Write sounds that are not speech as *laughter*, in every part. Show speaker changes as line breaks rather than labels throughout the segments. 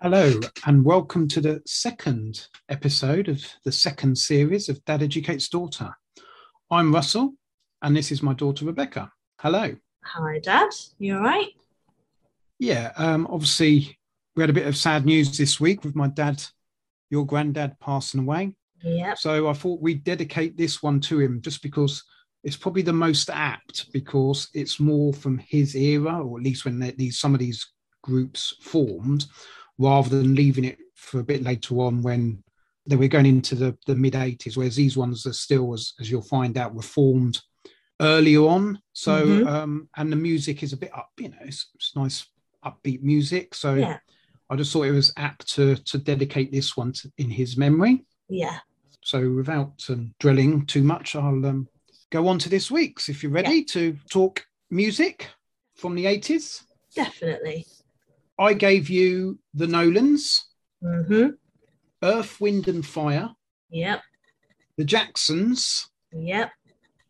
Hello, and welcome to the second episode of the second series of Dad Educates Daughter. I'm Russell, and this is my daughter Rebecca. Hello.
Hi, Dad. You all right?
Yeah, um, obviously, we had a bit of sad news this week with my dad, your granddad, passing away.
Yep.
So I thought we'd dedicate this one to him just because it's probably the most apt because it's more from his era, or at least when they- these, some of these groups formed, rather than leaving it for a bit later on when they were going into the, the mid 80s, whereas these ones are still, as, as you'll find out, were formed earlier on. So,
Mhm.
um, and the music is a bit up, you know, it's, it's nice upbeat music. So
Yeah.
I just thought it was apt to, to dedicate this one to, in his memory.
Yeah.
So, without um, drilling too much, I'll um, go on to this week's if you're ready to talk music from the 80s.
Definitely.
I gave you the Nolans,
Mm-hmm.
Earth, Wind, and Fire,
Yep.
the Jacksons,
Yep.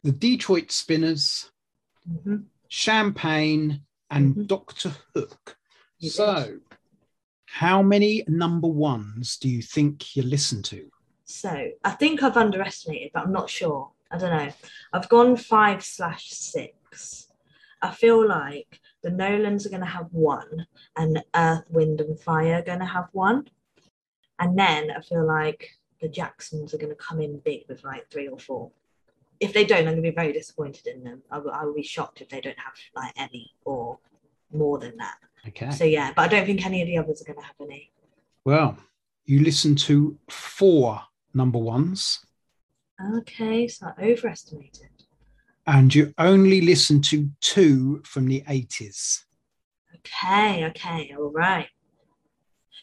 the Detroit Spinners,
Mm-hmm.
Champagne, and
Mhm.
Dr. Hook. So, how many number ones do you think you listen to?
So I think I've underestimated, but I'm not sure. I don't know. I've gone five slash six. I feel like the Nolans are going to have one, and Earth, Wind, and Fire are going to have one. And then I feel like the Jacksons are going to come in big with like three or four. If they don't, I'm going to be very disappointed in them. I will, I will be shocked if they don't have like any or more than that.
Okay.
So yeah, but I don't think any of the others are going to have any.
Well, you listen to four number ones.
Okay, so I overestimated.
and you only listen to two from the 80s.
Okay, okay, all right.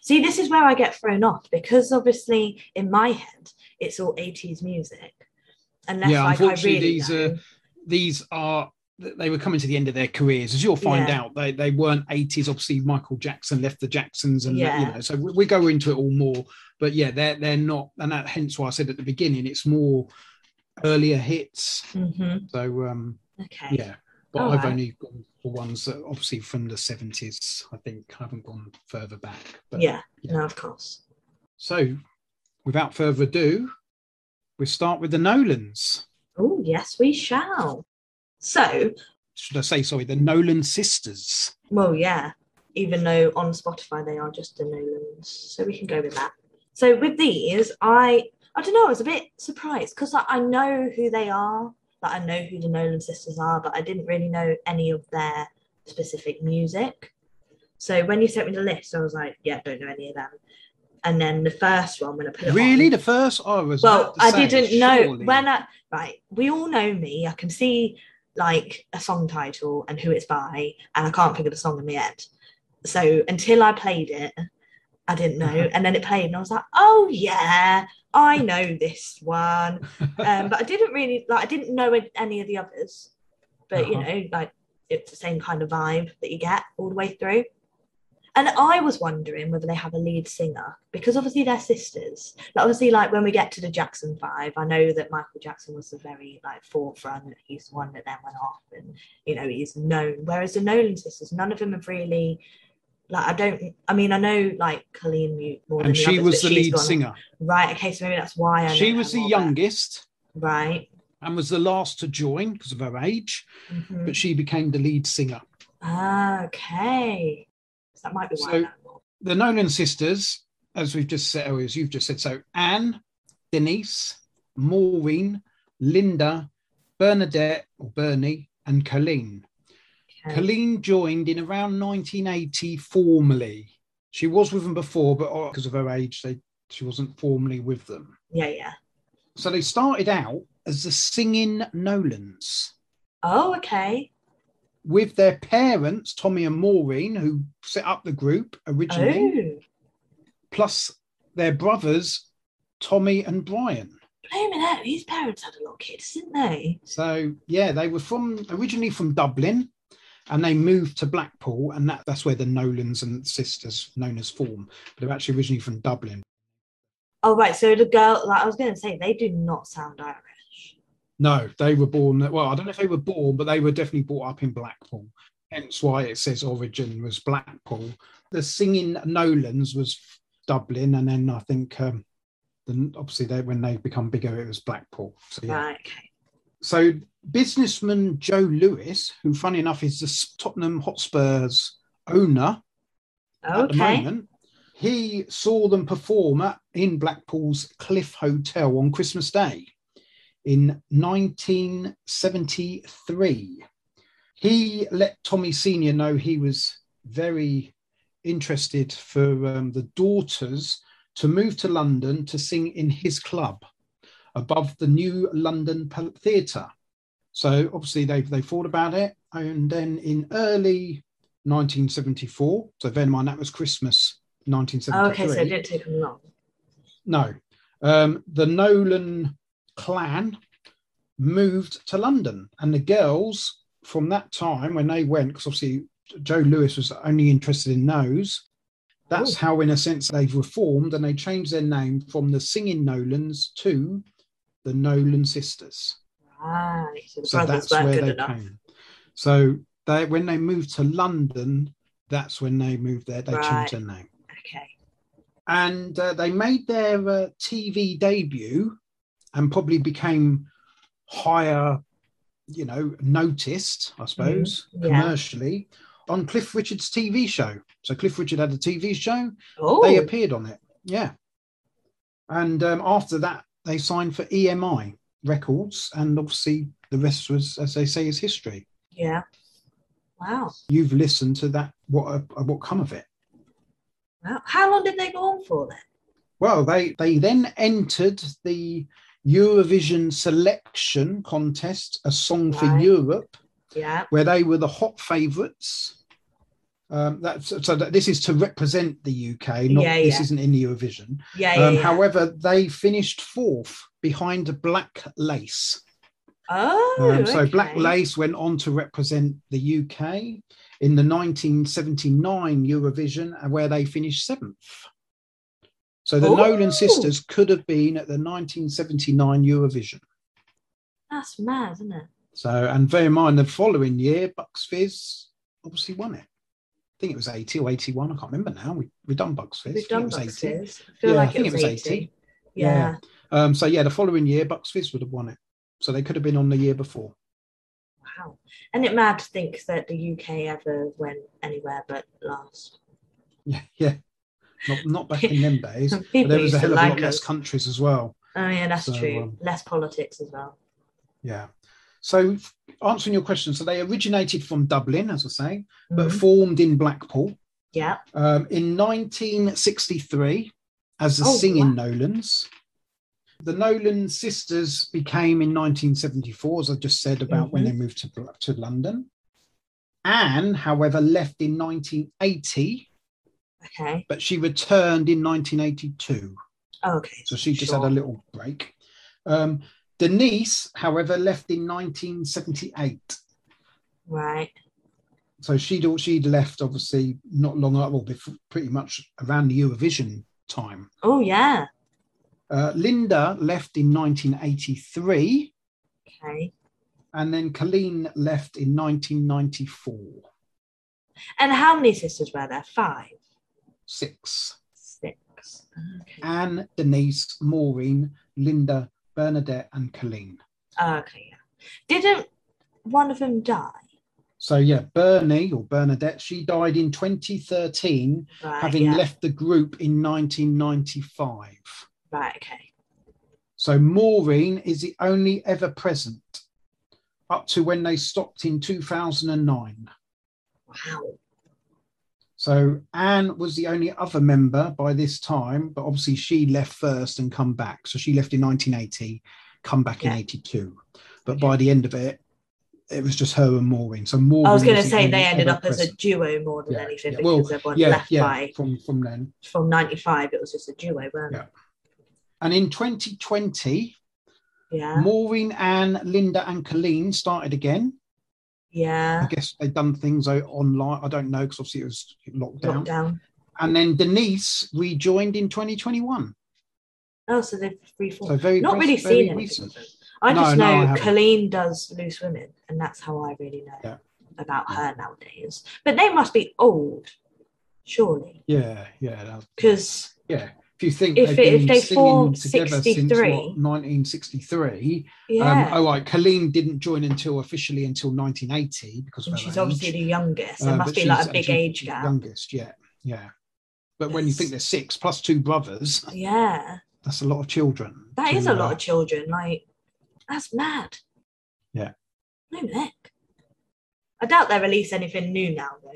See, this is where I get thrown off because obviously in my head it's all 80s music. Unless
Yeah,
like I
unfortunately,
really
these are-
know.
These are, they were coming to the end of their careers. As you'll find
Yeah.
out, they, they weren't 80s. Obviously, Michael Jackson left the Jacksons, and
Yeah.
you know, so we, we go into it all more. But yeah, they're, they're not, and that, hence why I said at the beginning, it's more earlier hits.
Mhm,
So, um,
Okay.
yeah, but
All
I've
right.
only gone for ones that obviously from the 70s, I think. I haven't gone further back. But
yeah,
yeah.
no, of course.
so, without further ado, we start with the Nolans.
Oh, yes, we shall. So,
should I say, sorry, the Nolan sisters.
well, yeah, even though on Spotify they are just the Nolans, so we can go with that. So with these, I I don't know, I was a bit surprised because I, I know who they are, like I know who the Nolan sisters are, but I didn't really know any of their specific music. So when you sent me the list, I was like, yeah, don't know any of them. And then the first one when I put it
Really,
on-
the first Oh, I was.
well,
about to
I
say,
didn't know
surely-
when I right. We all know me. I can see like a song title and who it's by, and I can't think of the song in my head. So until I played it, I didn't know.
Uh-huh.
And then it played, and I was like, "Oh yeah, I know this one." Um, but I didn't really like. I didn't know it- any of the others. But you
Uh-huh.
know, like it's the same kind of vibe that you get all the way through. And I was wondering whether they have a lead singer because obviously they're sisters. Like obviously, like when we get to the Jackson Five, I know that Michael Jackson was the very like forefront. He's the one that then went off, and you know he's known. Whereas the Nolan sisters, none of them have really like I don't. I mean, I know like Colleen knew more
*laughs*
than
and she
others,
was
but
the
she's
lead
gone-
singer.
right? Okay, so maybe that's why I. know
She
her
was the
more, but-
youngest
right.
and was the last to join because of her age,
Mhm.
but she became the lead singer.
Ah, okay. So that might be why.
So-
that-
The Nolan sisters, as we've just said, or as you've just said, so Anne, Denise, Maureen, Linda, Bernadette or Bernie, and Colleen.
okay.
Colleen joined in around 1980 formally. She was with them before, but oh, because of her age, they, she wasn't formally with them.
Yeah, yeah.
So they started out as the Singing Nolans
Oh, okay.
with their parents, Tommy and Maureen, who set up the group originally,
Oh,
plus their brothers, Tommy and Brian.
blaming out. His parents had a lot of kids, didn't they?
So yeah, they were from originally from Dublin, and they moved to Blackpool, and that, that's where the Nolans and sisters known as form. But they're actually originally from Dublin.
Oh, right. So the girl, like I was going to say, they do not sound Irish.
No, they were born. Well, I don't know if they were born, but they were definitely brought up in Blackpool. Hence why it says origin was Blackpool, the singing Nolans was Dublin, and then I think um, then obviously they, when they become bigger, it was Blackpool. So yeah.
Right. Okay.
So businessman Joe Lewis, who funny enough is the Tottenham Hotspurs owner at the
Okay.
moment, he saw them perform at, in Blackpool's Cliff Hotel on Christmas Day in 1973. He let Tommy Senior know he was very interested for um, the daughters to move to London to sing in his club above the new London Pal- Theatre. So obviously they they thought about it, and then in early 1974. So bear in mind that was Christmas
Oh, okay.
1973.
So it didn't take them long.
No. Um, the Nolan clan moved to London, and the girls from that time when they went, because obviously Joe Lewis was only interested in those. That's
Oh.
how, in a sense, they've reformed and they changed their name from the Singing Nolans to the Nolan Sisters.
Right. So the
So
brothers
that's
weren't
where
good
they
enough.
came. So they, when they moved to London, that's when they moved there. They
Right.
changed their name
Okay.
and uh, they made their uh, TV debut and probably became higher, you know, noticed, I suppose,
Mhm, yeah.
commercially on Cliff Richard's TV show. So Cliff Richard had a TV show.
Oh.
They appeared on it. Yeah. And um, after that, they signed for EMI Records, and obviously the rest was, as they say, is history.
yeah. Wow.
You've listened to that. What uh, what come of it?
Wow. How long did they go on for then?
Well, they, they then entered the Eurovision selection contest, A Song for
Right.
Europe,
Yeah.
where they were the hot favourites. Um, that's, so that, this is to represent the UK, not
Yeah,
this
yeah.
isn't in Eurovision.
Yeah. Yeah.
Um,
yeah.
However, they finished fourth behind Black Lace.
oh.
Um, so Black
okay.
Lace went on to represent the UK in the 1979 Eurovision, uh, where they finished seventh. So the
Ooh.
Nolan sisters could have been at the 1979 Eurovision.
That's mad, isn't it?
So, and bear in mind, the following year, Bucks Fizz obviously won it. I think it was 80 or 81. I can't remember now. We, we've done Bucks Fizz.
We've
I
done
think it was 80.
boxes. I feel
Yeah, I
like
think
it was 80.
Yeah.
Yeah.
Um, so, yeah, the following year, Bucks Fizz would have won it. So they could have been on the year before. *laughs*
Wow. And it mad to think that the UK ever went anywhere but last.
Yeah, yeah. Not, not back in them
*laughs*
days.
Some
But
People
there was
used
a
to
hell of a
like
lot less
us.
countries as well.
Oh yeah, that's
So,
true.
um,
less politics as well.
Yeah. So answering your question, so they originated from Dublin, as I say, but
Mhm.
formed in Blackpool
yeah.
um, in 1963 as the
Oh,
Singing Nolans. The Nolan sisters became in 1974, as I just said about when
Mhm.
they moved to, to London. Anne, however, left in 1980,
Okay.
but she returned in 1982.
Oh, okay.
So she just
Sure.
had a little break. Um, Denise, however, left in 1978.
Right.
So she'd al- she'd left obviously not long at all, before, pretty much around the Eurovision time.
Oh yeah.
Uh, Linda left in 1983,
Okay.
and then Colleen left in 1994.
And how many sisters were there? Five,
Six.
six. Okay.
Anne, Denise, Maureen, Linda, Bernadette, and Colleen.
Oh, okay. Yeah. Didn't one of them die?
So yeah, Bernie or Bernadette, she died in 2013
Right.
having
Ah, yeah.
left the group in 1995.
Right. Okay.
So Maureen is the only ever present up to when they stopped in 2009.
Wow.
So Anne was the only other member by this time, but obviously she left first and come back. So she left in 1980, come back in
Yeah.
82. But by the end of it, it was just her and Maureen. So Maureen
I was going to
was the
say
only
they ended
ever
up as a
present.
duo more than
Yeah,
anything
yeah.
because
Well,
everyone
yeah,
left
yeah,
by
from from then.
from ninety five. It was just a duo, weren't it?
And in 2020,
Yeah.
Maureen, Anne, Linda, and Colleen started again. I
Yeah.
guess they've done things o- online. I don't know because obviously it was lockdown.
Lockdown.
And then Denise rejoined in 2021.
Oh, so they've reformed.
So very
Not really
very
seen anything
recent.
of them. I
No,
just
no, I
know
haven't.
Colleen does Loose Women, and that's how I really know
Yeah.
about her nowadays. But they must be old surely.
Yeah, yeah, that-
Because
yeah. If you think
If
they've
it- if
been
they
singing
formed
together since
63.
what, 1963.
yeah,
Um, all right, Colleen didn't join until officially until 1980 because of
and
her
she's
age.
obviously the youngest.
Uh,
There must
but
be like
she's
a big
actually
age
the
gap.
Youngest, yeah, yeah. But when you
Yes.
think there's six plus two brothers,
Yeah,
that's a lot of children.
that
to,
is a lot
uh,
of children. Like, that's mad.
Yeah.
No neck. I doubt they release anything new now though.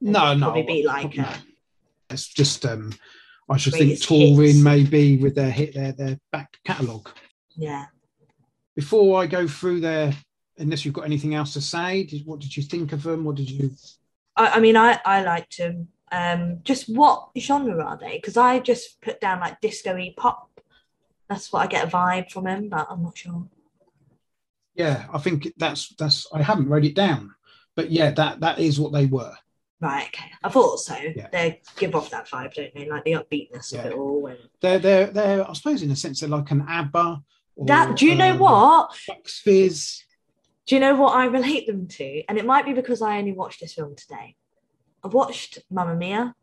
No,
It'd
no,
probably be
well,
like
no.
a-
it's just um, I should think
Greatest
touring
hits.
maybe with their hit their their back catalogue.
Yeah.
Before I go through their, unless you've got anything else to say, did, what did you think of them? What did you?
I, I mean, I I liked them. Um, just what genre are they? Because I just put down like disco y pop. That's what I get a vibe from them, but I'm not sure.
Yeah, I think that's that's I haven't wrote it down, but yeah, that that is what they were.
Right, okay. I thought so.
Yeah.
They give off that vibe, don't they? Like the upbeatness of
Yeah.
it all. And
They're they're they're I suppose in a sense they're like an ABBA. Or,
that. Do you know
um,
what?
Bucks Fizz.
Do you know what I relate them to? And it might be because I only watched this film today. I watched Mamma Mia,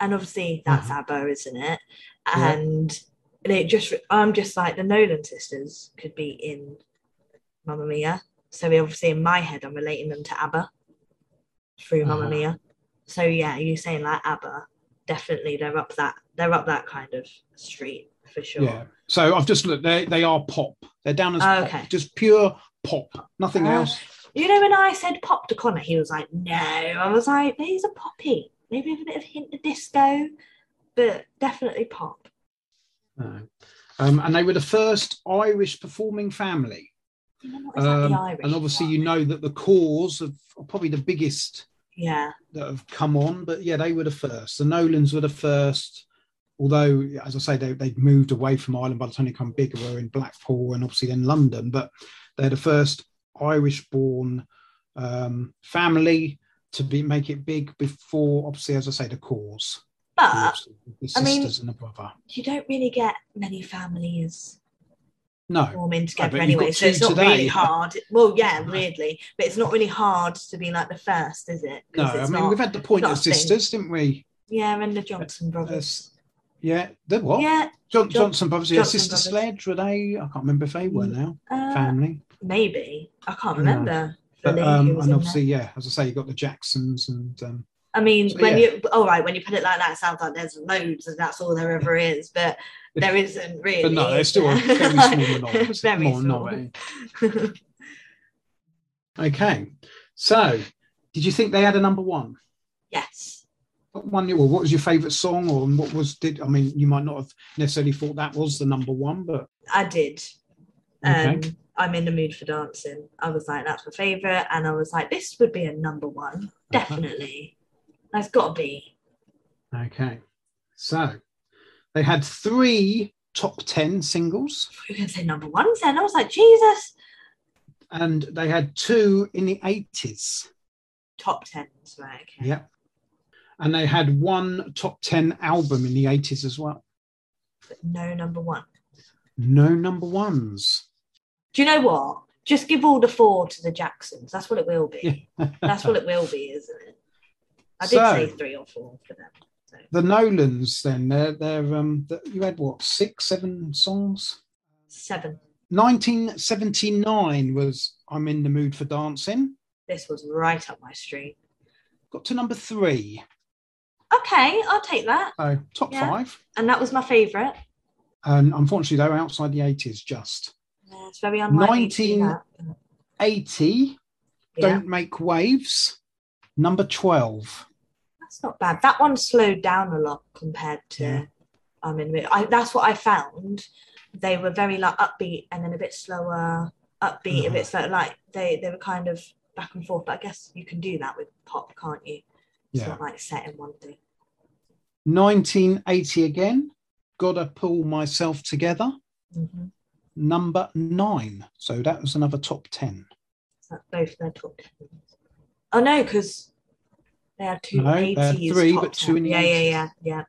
and obviously that's
Mhm.
ABBA, isn't it?
Yeah.
And it just, I'm just like the Nolan sisters could be in Mamma Mia. So obviously in my head, I'm relating them to ABBA through Mamma
Uh-huh.
Mia. So yeah, you saying like ABBA, definitely they're up that they're up that kind of street for sure.
Yeah. So I've just looked. They they are pop. They're down as
Oh,
pop.
okay.
just pure pop. Nothing
Ah.
else.
You know, when I said pop to Connor, he was like, no. I was like, he's a poppy. Maybe with a bit of hint of disco, but definitely pop.
No. Um, and they were the first Irish performing family.
You know, not exactly
Um,
Irish.
And obviously,
but-
you know that the cause of are probably the biggest
Yeah,
that have come on. But yeah, they were the first. The Nolans were the first. Although, as I say, they, they'd moved away from Ireland by the time they come bigger. Were in Blackpool and obviously then London. But they're the first Irish-born um, family to be make it big before, obviously, as I say, the cause.
but
the
Uh, I mean-
sisters and the brother.
you don't really get many families
No,
forming together
but you've
anyway,
got
so it's
two
not
today.
really hard. Well,
*laughs*
yeah,
No.
weirdly, but it's not really hard to be like the first, is it?
no.
'Cause
I
it's
mean,
not-
we've had the Pointer
not a thing.
sisters, didn't we?
yeah, and the Johnson brothers.
Yeah, the what?
Yeah,
John,
John-
Johnson brothers. Yeah,
Johnson
Sister
brothers.
Sledge. Were they? I can't remember if they were now.
uh,
Family,
maybe I can't
Yeah.
remember. the
but
lady who
um,
was
and
in
obviously, yeah, as I say, you got the Jacksons and um,
I mean,
So,
when
yeah.
you all right, when you put it like that, it sounds like there's loads, and that's all there ever is. But there isn't
*laughs*
really.
but no, they're
is *laughs*
still a
there?
very small minority.
Very
More
small.
minority. Okay, so did you think they had a number one?
*laughs* yes,
What one? Well, what was your favourite song, or what was did? I mean, you might not have necessarily thought that was the number one, but
I did. Um,
okay.
I'm in the mood for dancing. I was like, that's my favorite, and I was like, this would be a number one, definitely. That's got to be.
Okay. So they had three top 10 singles
You're gonna say number one, then I was like, Jesus,
and they had two in the 80s.
top tens, right? Okay.
Yeah. And they had one top 10 album in the 80s as well.
But no number one.
No number ones.
Do you know what? Just give all the four to the Jacksons. That's what it will be. That's what it will be, isn't it? I did
So-
say three or four for them.
The Nolans, then, they're, they're um, th- you had what, six, seven songs?
Seven.
1979 was I'm in the mood for dancing.
This was right up my street.
Got to number three.
Okay, I'll take that.
So top
Yeah.
five.
And that was my favourite.
And unfortunately, though, outside the 80s, just
Yeah, it's very unlikely. to do
19
that.
80.
Yeah,
Don't Make Waves, number 12.
that's not bad. That one slowed down a lot compared to.
Yeah.
I mean, I, that's what I found. They were very like upbeat and then a bit slower, upbeat, a
Uh-huh.
bit slow. Like they, they were kind of back and forth. But I guess you can do that with pop, can't you? It's
Yeah.
not like set in one thing.
1980 again, Gotta Pull Myself Together,
Mhm.
number 9. So that was another top 10.
So that's both their top tens. Oh no, because they had two
No, they had
80s
three,
top
but two in the
yeah,
80s.
yeah, yeah,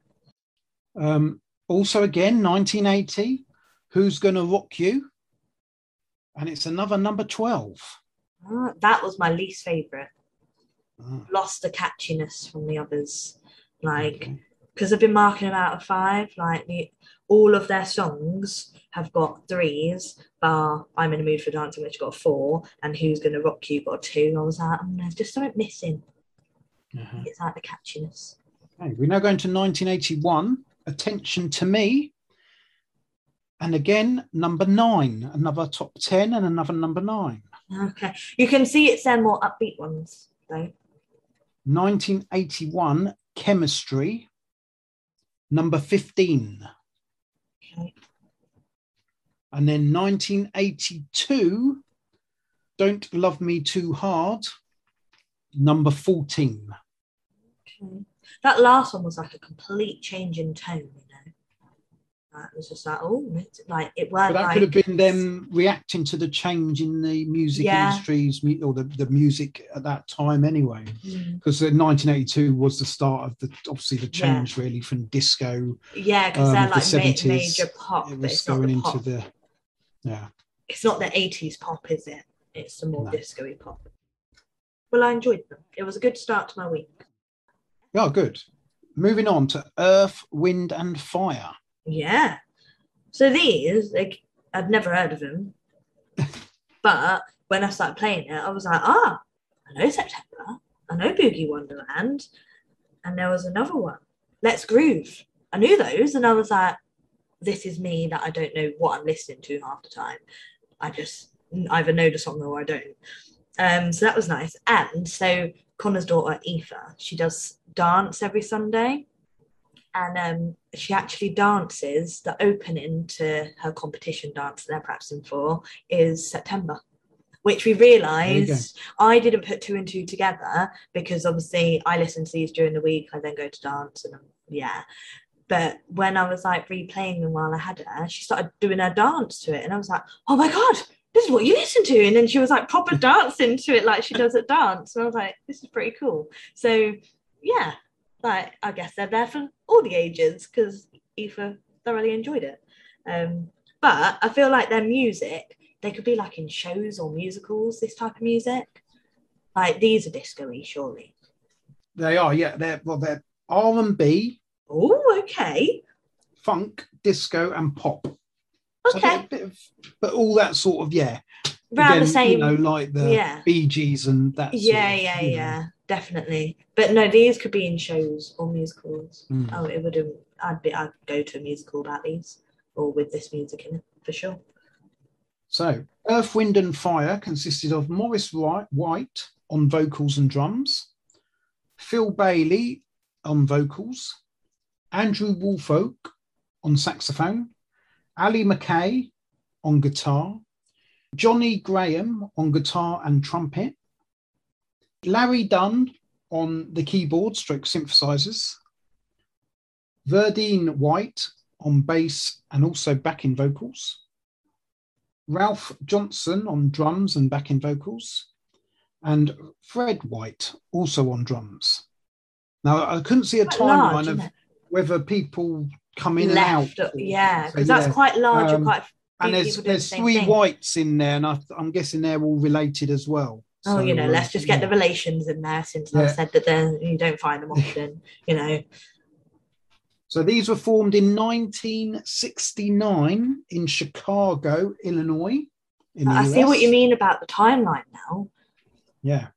Um, also again, 1980, Who's Gonna Rock You? And it's another number 12.
yeah. Ah, that was my least favorite.
Ah,
Lost the catchiness from the others. Like, because I've been marking them out of five. Like the all of their songs have got threes, bar I'm in the mood for dancing, which got a four, and Who's Gonna Rock You got a two. And I was like, mm, there's just something missing.
Uh-huh.
It's like the catchiness.
Okay, we're now going to 1981. Attention to me. And again, number nine, another top 10 and another number nine.
Okay. You can see it's their more upbeat ones though.
1981, chemistry, number 15.
Okay.
And then 1982, Don't Love Me Too Hard, number 14.
okay. That last one was like a complete change in tone, you know. Like, it was just like, oh, it's- like
But
it weren't
that
like,
could have been them reacting to the change in the music
Yeah.
industries mu- or the, the music at that time, anyway.
Mm.
Because 1982 was the start of the obviously the
Yeah.
change really from disco.
yeah, because
um,
they're
the
like ma-
70s,
major pop,
It
but
was
it's not
going
the
into
pop.
the yeah.
it's not the eighties pop, is it? It's the more
No.
disco pop. Well, I enjoyed them. It was a good start to my week.
Oh, good. Moving on to Earth, Wind, and Fire.
Yeah. So these, like, I'd never heard of them, but when I started playing it, I was like, ah, I know September, I know Boogie Wonderland, and there was another one, Let's Groove. I knew those, and I was like, this is me that I don't know what I'm listening to half the time. I just either know the song or I don't. Um, so that was nice. And so Connor's daughter, Aoife, she does dance every Sunday and um, she actually dances the opening to her competition dance that they're practicing for is September, which we realised I didn't put two and two together because obviously I listen to these during the week. I then go to dance and um, yeah. But when I was like replaying them while I had her, she started doing her dance to it, and I was like, "Oh my god, this is what you listen to!" And then she was
*laughs*
like proper dancing to it, like she does at dance. And I was like, "This is pretty cool." So yeah, like I guess they're there for all the ages because Aoife thoroughly enjoyed it. Um, but I feel like their music, they could be like in shows or musicals, this type of music. Like these are disco-y, surely.
They are, yeah. They're well, they're R and B,
Oh, okay.
funk, disco, and pop. So a
Okay.
bit- bit of, but all that sort of yeah.
Round
Again,
the same.
you know, like the
yeah.
Bee Gees and that. sort
Yeah,
of,
yeah,
you know.
yeah. Definitely. But no, these could be in shows or musicals.
Mm.
Oh, it wouldn't I'd be I'd go to a musical about these or with this music in it for sure.
So, Earth, Wind, and Fire consisted of Morris Wright- White on vocals and drums, Phil Bailey on vocals, Andrew Woolfolk on saxophone, Ali McKay on guitar, Johnny Graham on guitar and trumpet, Larry Dunn on the keyboard stroke synthesizers, Verdine White on bass and also backing vocals. Ralph Johnson on drums and backing vocals, and Fred White also on drums. Now, I couldn't see a
Quite large,
timeline
isn't
of
it?
whether people come in
left. uh,
and out.
Yeah,
So,
because
yeah.
that's quite large.
Um,
and quite. a few
And there's
people doing the
there's
same
three
thing.
whites in there, and I, I'm guessing they're all related as well.
Oh,
So,
you know,
uh,
let's just get
yeah.
the relations in there since
Yeah.
I've said that they're you don't
*laughs*
find them often. you know,
So these were formed in 1969 in Chicago, Illinois. In the
I see what
US.
you mean about the timeline now.
Yeah,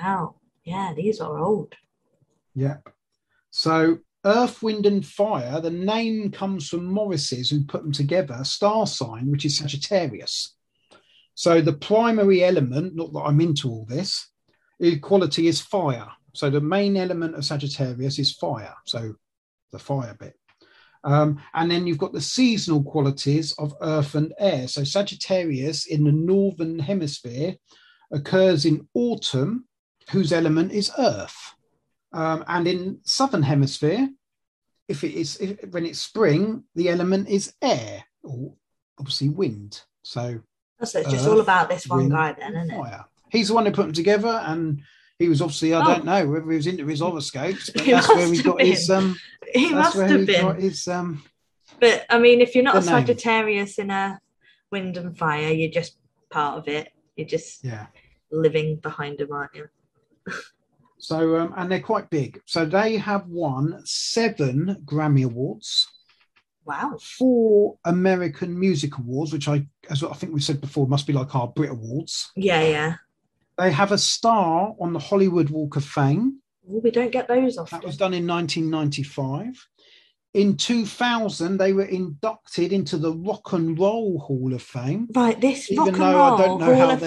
Wow, yeah, these are old.
yeah. So Earth, Wind, and Fire. The name comes from Morris's, who put them together. Star sign, which is Sagittarius. So the primary element, not that I'm into all this, equality is fire. So the main element of Sagittarius is fire. So the fire bit. Um, and then you've got the seasonal qualities of earth and air. So Sagittarius in the northern hemisphere occurs in autumn, whose element is earth. Um, and in southern hemisphere, if it is if, when it's spring, the element is air, or obviously wind. So
So it's just all
Earth,
about this one
wind,
guy, then, isn't it?
fire. He's the one who put them together, and he was obviously I
Oh.
don't know whether he was into his horoscopes, but
*laughs* He
that's where
must
he
have
got his
been.
um.
He
that's
must
where
have
he
been.
got his um.
But I mean, if you're not
The
a
name.
Sagittarius in a wind and fire, you're just part of it. You're just
Yeah.
living behind him, aren't you?
So, um, and they're quite big. So they have won seven Grammy Awards,
Wow.
four American Music Awards, which I, as I think we said before, must be like our Brit Awards.
Yeah, yeah.
They have a star on the Hollywood Walk of Fame.
Well, we don't get those often.
That was done in 1995. In 2000, they were inducted into the Rock and Roll Hall of Fame.
Right, this
Even
rock and
though
roll
I don't know
Hall
how
of
they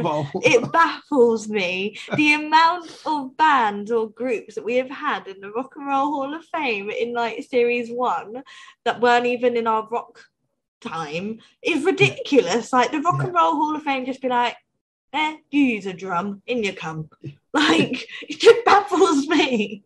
rock and roll.
it baffles me the amount of bands or groups that we have had in the Rock and Roll Hall of Fame in like series one that weren't even in our rock time is ridiculous. Like the Rock and Roll Hall of Fame just be like, eh, you use a drum in your cum. *laughs* Like it just baffles me.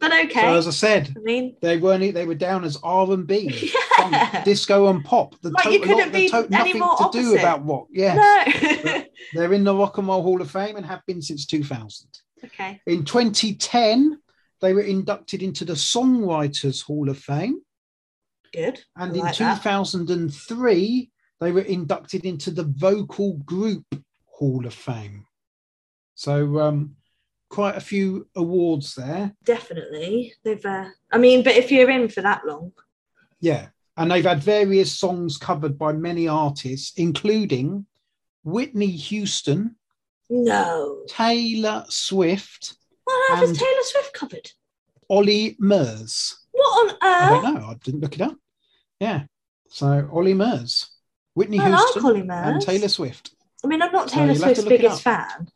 But okay,
So as I said,
I mean,
they weren't. e, They were down as R and
*laughs*
B,
yeah,
disco and pop. The
Like, you couldn't
the
be
total-
any
nothing
more
to do
opposite.
about rock. Yeah,
no,
they're in the Rock and Roll Hall of Fame and have been since 2000.
*laughs* okay,
In 2010, they were inducted into the Songwriters Hall of Fame.
good.
And
I
in
like that.
2003, they were inducted into the Vocal Group Hall of Fame. So, um, quite a few awards there.
Definitely, they've. Uh, I mean, but if you're in for that long,
Yeah. And they've had various songs covered by many artists, including Whitney Houston,
no.
Taylor Swift,
What on earth
And-
is Taylor Swift covered?
Ollie Murs.
What
I
on
don't
earth?
know. I didn't look it up. Yeah. So, Ollie Murs, Whitney
I like
Houston,
Holly
and
Murs.
Taylor Swift.
I mean, I'm not
So you'll have
Taylor
to
Swift's
look it
biggest
up.
fan.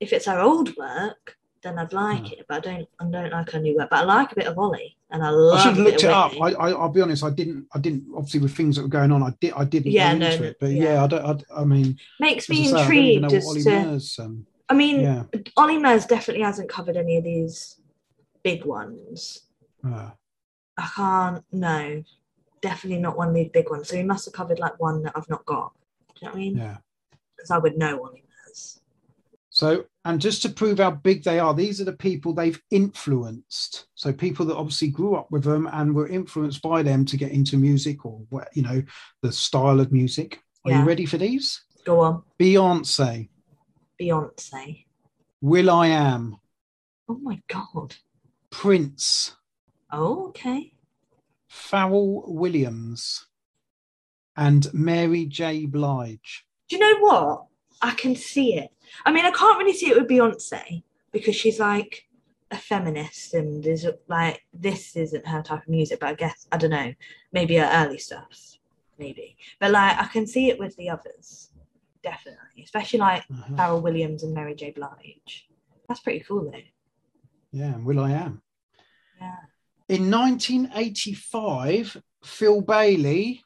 If it's her old work, then I'd like
Ah.
it, but I don't. I don't like her new work. But I like a bit of Ollie, and I
I
love.
should have
a bit
looked it
of
up.
Whitney.
I, I, I'll be honest. I didn't. I didn't. Obviously, with things that were going on, I did. I didn't
Yeah,
go
no,
into
no,
it. But yeah,
yeah.
I don't. I, I mean,
Makes
as I
me
say, I don't even know
intrigued
what
as
Ollie
to.
Murs. Um,
I mean,
yeah.
Ollie Murs definitely hasn't covered any of these big ones.
Uh,
I can't. No, definitely not one of these big ones. So he must have covered like one that I've not got. Do you know what I mean?
yeah.
Because I would know Ollie Murs.
So, and just to prove how big they are, these are the people they've influenced. So, people that obviously grew up with them and were influenced by them to get into music or what you know, the style of music. Are
Yeah.
you ready for these?
Go on,
Beyonce,
Beyonce.
Will I Am,
Oh my god.
Prince,
Oh, okay.
Farrell Williams and Mary J. Blige.
Do you know what? I can see it. I mean, I can't really see it with Beyonce because she's like a feminist and is like this isn't her type of music. But I guess I don't know. Maybe her early stuff, maybe. But like, I can see it with the others, definitely. Especially like
Uh-huh.
Pharrell Williams and Mary J. Blige. That's pretty cool, though.
Yeah, and Will I Am.
Yeah.
In 1985, Phil Bailey,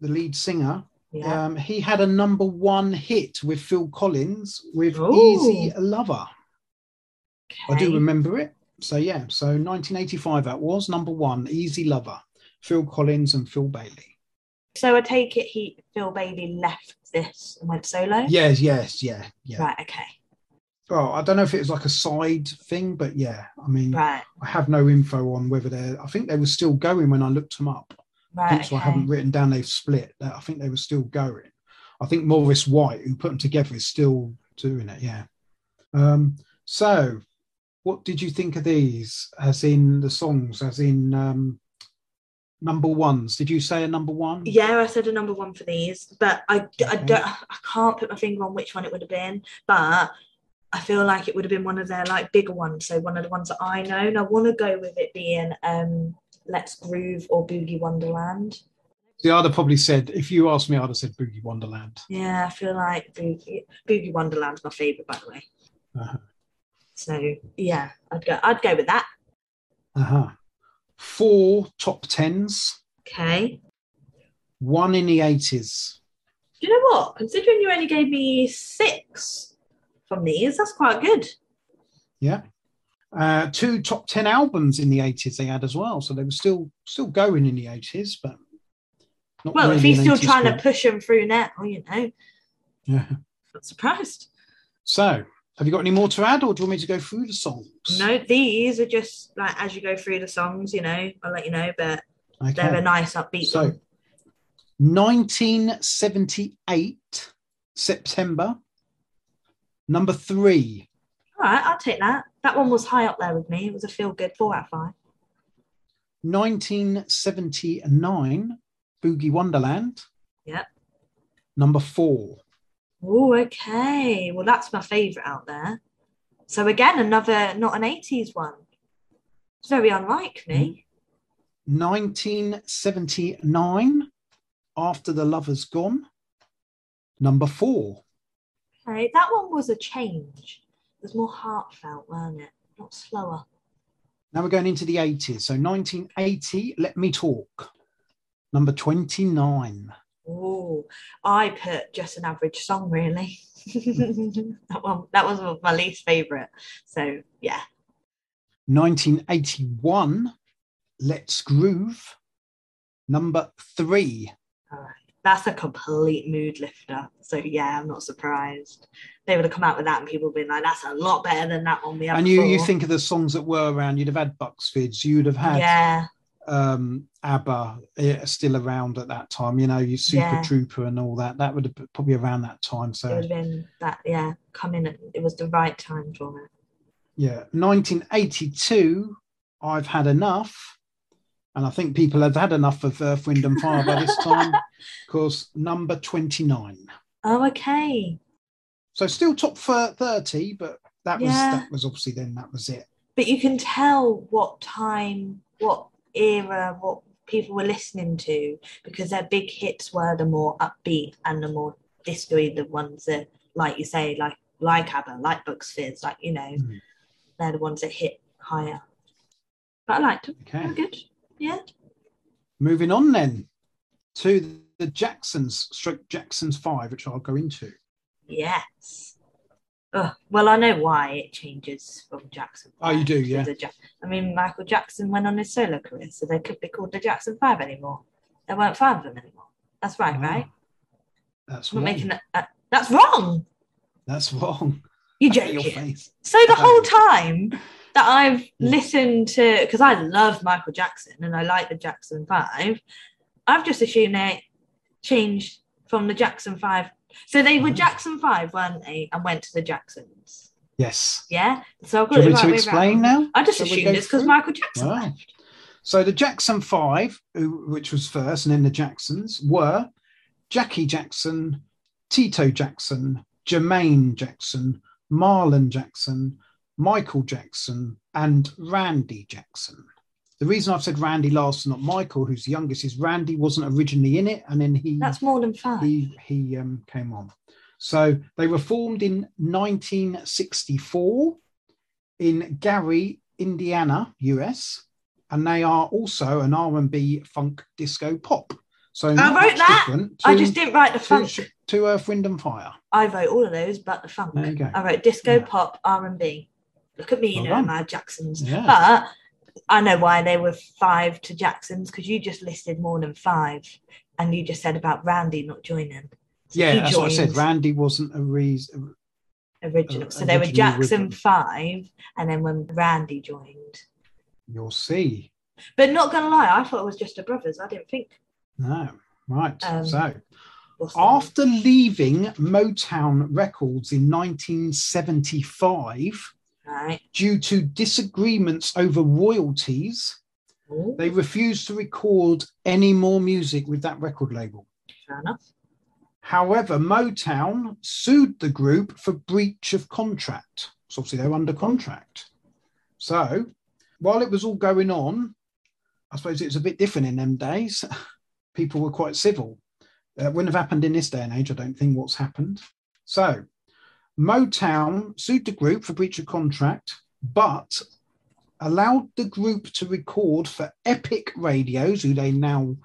the lead singer,
Yeah.
um, he had a number one hit with Phil Collins with
Ooh.
Easy Lover. I do
Okay.
remember it. So, yeah, so 1985 that was number one, Easy Lover, Phil Collins and Phil Bailey.
So I take it he Phil Bailey left this and went solo.
Yes, yes, yeah, yeah.
Right. Okay.
Well, I don't know if it was like a side thing, but yeah, I mean,
Right.
I have no info on whether they're. I think they were still going when I looked them up.
Right.
Hence,
okay.
why I haven't written down they've split. I think they were still going. I think Morris White, who put them together, is still doing it. Yeah. Um, so, what did you think of these? As in the songs, as in um, number ones. Did you say a number one?
Yeah, I said a number one for these, but I, I
Okay.
don't I can't put my finger on which one it would have been, but I feel like it would have been one of their like bigger ones, so one of the ones that I know, and I want to go with it being um Let's Groove or Boogie Wonderland.
See, I'd have probably said if you asked me, I'd have said Boogie Wonderland.
Yeah, I feel like Boogie Boogie Wonderland's my favorite, by the way.
Uh-huh.
So yeah, I'd go I'd go with that.
Uh huh. Four top tens.
Okay.
One in the eighties.
Do you know what? Considering you only gave me six from these, that's quite good.
Yeah. Uh, two top 10 albums in the 80s they had as well. So they were still still going in the 80s, but not
Well, if
really an
he's still
80s
trying
group.
to push him through now, you know,
Yeah.
not surprised.
So have you got any more to add or do you want me to go through the songs?
No, these are just like as you go through the songs, you know, I'll let you know, but they're a
Okay.
nice upbeat.
So
one.
1978, September, number three,
All right, I'll take that. That one was high up there with me. It was a feel good four out of five.
1979, Boogie Wonderland.
Yep.
Number four.
Oh, okay. Well, that's my favourite out there. So again, another not an eighties one. It's very unlike me.
1979, After the Lover's Gone. Number four. Mm-hmm.
Okay, that one was a change. It was more heartfelt, weren't it? Not slower.
Now we're going into the 80s. So 1980, Let Me Talk. Number 29.
Oh, I put just an average song really. *laughs* that one that was my least favourite. So yeah.
1981, Let's Groove. Number three.
All right. That's a complete mood lifter. So yeah, I'm not surprised. They would have come out with that and people would have been like, that's a lot better than that one we had.
And you, you
before."
think of the songs that were around, you'd have had Bucksfids, you'd have had
Yeah,
um, ABBA eh, still around at that time, you know, you Super
Yeah.
Trooper and all that. That would have been probably around that time.
it
So,
would have been that yeah, come in at, it was the right time for me.
yeah, 1982, I've had enough. And I think people have had enough of Earth, Wind and Fire by this
*laughs*
time, because number 29.
Oh, okay.
So still top for 30, but that was
Yeah.
that was obviously then that was it.
but you can tell what time, what era, what people were listening to because their big hits were the more upbeat and the more disco the ones that, like you say, like like ABBA, like Bucks Fizz, like you know,
Mhm.
they're the ones that hit higher. But I liked them. They
Okay.
were good. Yeah.
Moving on then to the Jacksons, stroke Jacksons 5, which I'll go into.
Yes. Ugh, well, I know why it changes from Jackson.
Oh, you do,
to
yeah.
the Ja- I mean, Michael Jackson went on his solo career, so they could be called the Jackson Five anymore. There weren't five of them anymore. That's right,
Ah,
right?
That's
I'm
wrong.
not making that. Uh, that's wrong.
That's wrong. *laughs*
You
Look at your
joking.
face.
So the
Okay.
whole time that I've
Yeah.
listened to, because I love Michael Jackson and I like the Jackson Five, I've just assumed they changed from the Jackson Five. So they were
Ah.
Jackson Five, weren't they, and went to the Jacksons.
Yes.
Yeah. So I've
Do
got
you want me
it right
to
way
explain
round.
now?
I just
Shall we
assumed
go
it's because
through?
Michael Jackson.
Wow.
left.
So the Jackson Five, who- which was first, and then the Jacksons were Jackie Jackson, Tito Jackson, Jermaine Jackson, Marlon Jackson, Michael Jackson, and Randy Jackson. The reason I've said Randy last, not Michael, who's the youngest, is Randy wasn't originally in it, and then he
That's more than five.
he he um, came on. So they were formed in 1964 in Gary, Indiana, US, and they are also an R&B funk disco pop. So I
wrote that. I just didn't write the
to,
funk.
sh- to Earth, Wind and Fire.
I wrote all of those, but the funk.
There you go.
I wrote disco,
Yeah.
pop, R and B. Look at me, you
Well
know,
done.
my Jacksons.
Yeah.
But I know why they were five to Jacksons because you just listed more than five, and you just said about Randy not joining
yeah,
he
that's what I said.
joined.
Randy wasn't a reason.
original.
Uh,
so they were
originally with
Jackson
them.
five, and then when Randy joined.
You'll see.
But not gonna lie, I thought it was just the brothers. I didn't think.
No. Right.
Um,
so
what's the-
After leaving Motown Records in 1975,
right.
due to disagreements over royalties,
Ooh,
they refused to record any more music with that record label.
fair enough.
However, Motown sued the group for breach of contract. So obviously they're under contract. So while it was all going on, I suppose it was a bit different in them days. *laughs* People were quite civil. Uh, wouldn't have happened in this day and age, I don't think, what's happened. So Motown sued the group for breach of contract, but allowed the group to record for Epic Radios, who they now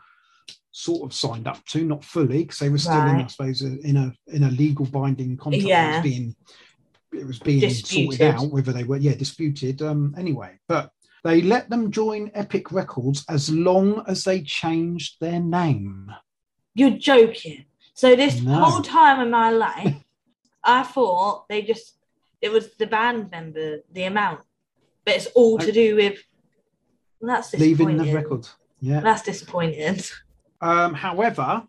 sort of signed up to, not fully, because they were still in, I
Right.
suppose, in a in a legal binding contract that
Yeah.
was being it was being
Disputed.
sorted out whether they were yeah disputed um anyway but they let them join epic records as long as they changed their name
You're joking. So this
No.
whole time in my life, I thought they just it was the band member, the amount, but it's all to
Like-
do with. well, that's disappointing.
leaving the record yeah
That's disappointing. *laughs*
Um, however,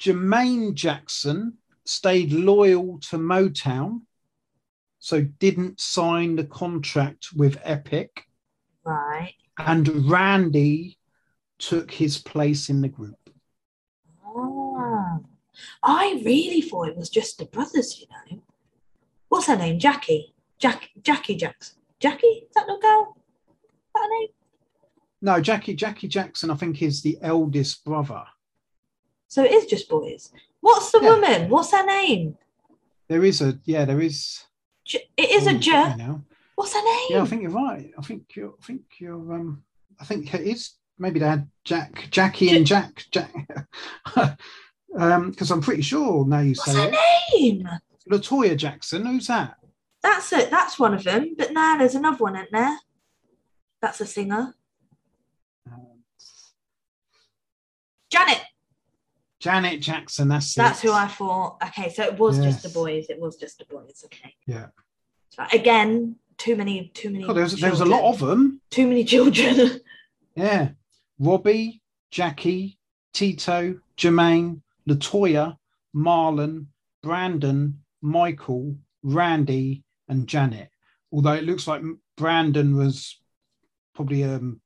Jermaine Jackson stayed loyal to Motown so didn't sign the contract with Epic,
Right.
and Randy took his place in the group.
Ah. I really thought it was just the brothers, you know. What's her name? Jackie. Jack Jackie Jackson. Jackie? Is that the girl? Is that her name?
No, Jackie Jackie Jackson, I think, is the eldest brother.
So it is just boys. What's the
Yeah.
woman? What's her name?
There is a yeah, there is.
J- it is
oh,
a
you've
jerk.
got me now.
What's her name?
Yeah, I think you're right. I think you're. I think you're. Um, I think it is. Maybe they had Jack, Jackie, and Jack, Jack. *laughs* um, because I'm pretty sure now you
What's
say
her
it.
name?
Latoya Jackson. Who's that?
That's it. That's one of them. But now there's another one, isn't there? That's a singer.
Um,
Janet.
Janet Jackson. That's it.
That's who I thought. Okay, so it was just the
Yes.
boys. It was just the boys. Okay.
Yeah.
So again, too many, too many.
God, there's there's a
children.
lot of them.
too many children.
Yeah, Robbie, Jackie, Tito, Jermaine, Latoya, Marlon, Brandon, Michael, Randy, and Janet. Although it looks like Brandon was probably um,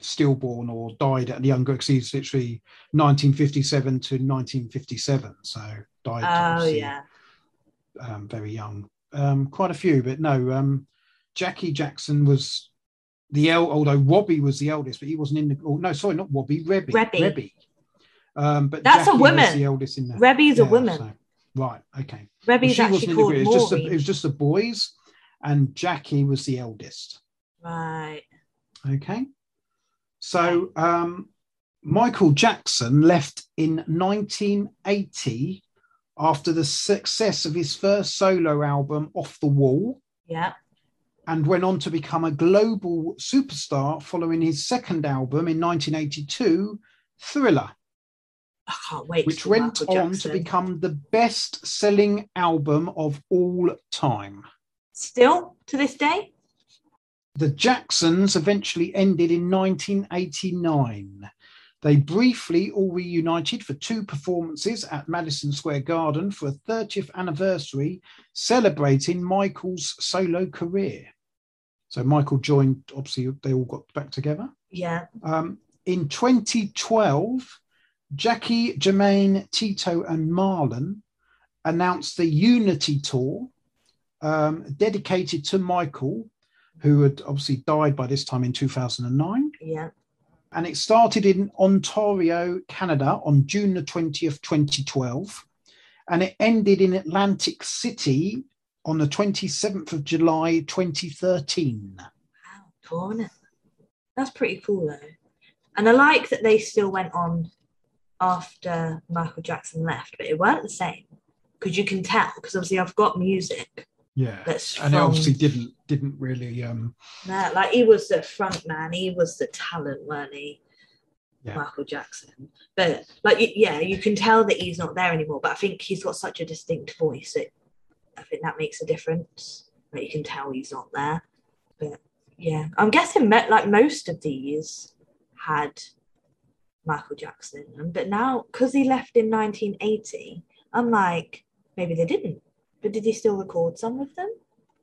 stillborn or died at a young because he's literally 1957 to 1957, so died.
*laughs* oh
obviously,
yeah.
um, very young. Um, quite a few, but no. Um, Jackie Jackson was the el- although Wobby was the eldest, but he wasn't in the. Oh, no, sorry, not Wobby. Rebby.
Rebby.
Um, but
That's a
Jackie Was
woman.
the eldest in the.
Rebby's
Yeah,
a woman.
so- right. Okay. Well,
Rebby's
she wasn't
actually
in the
called
group. It was just the,
Maury.
it was just the boys, and Jackie was the eldest.
Right.
Okay. So um, Michael Jackson left in 1980 after the success of his first solo album, Off the Wall,
Yeah.
and went on to become a global superstar following his second album in 1982, Thriller,
I can't wait.
which
to see
went
Michael
on to
Jackson.
become the best selling album of all time.
still to this day.
The Jacksons eventually ended in 1989. They briefly all reunited for two performances at Madison Square Garden for a 30th anniversary, celebrating Michael's solo career. So Michael joined, obviously, they all got back together.
Yeah.
Um, in 2012, Jackie, Jermaine, Tito, and Marlon announced the Unity Tour um, dedicated to Michael, who had obviously died by this time in 2009.
Yeah.
And it started in Ontario, Canada on June the 20th, 2012. And it ended in Atlantic City on the 27th of July, 2013.
Wow. Cool, isn't it? That's pretty cool though. And I like that they still went on after Michael Jackson left, but it weren't the same because you can tell because obviously I've got music
Yeah.
that's
And it
from-
obviously didn't didn't really um,
No, like he was the front man. He was the talent, weren't he?
Yeah.
Michael Jackson. But like, y- yeah, you can tell that he's not there anymore. But I think he's got such a distinct voice that I think that makes a difference. Like you can tell he's not there. But yeah, I'm guessing me- like most of these had Michael Jackson in them. But now, because he left in 1980, I'm like, maybe they didn't. But did he still record some of them?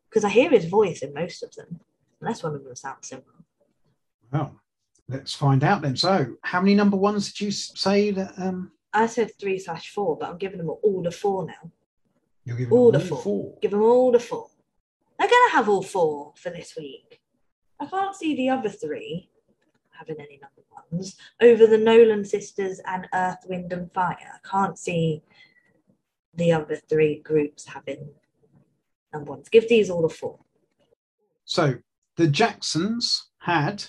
Because I hear his voice in most of them. Unless one of them sounds similar.
Well, let's find out then. So, how many number ones did you s- say that um,
I said three slash four, but I'm giving them all the four now.
you're giving?
All the
them
four. Give them all the four. They're gonna have all four for this week. I can't see the other three having any number ones over the Nolan sisters and Earth, Wind and Fire. I can't see the other three groups having number ones. Give these all a four.
So, the Jacksons had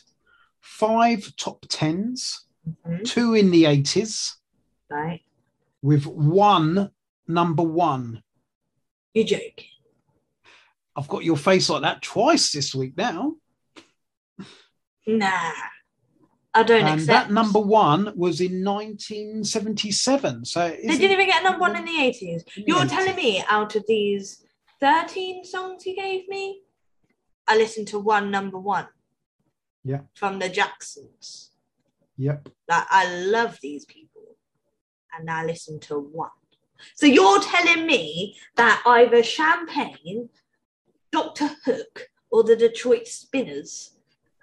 five top 10s
Mhm.
two in the eighties,
Right?
with one number one.
You're joking.
I've got your face like that twice this week now,
Nah. I don't
and
accept
that number one was in 1977. So, it
They
isn't-
didn't even get a number one in the 80s. You're
Yeah.
telling me out of these 13 songs you gave me, I listened to one number one.
Yeah.
From the Jacksons.
Yep.
Like, I love these people. And I listened to one. So you're telling me that either Champagne Doctor Hook or the Detroit Spinners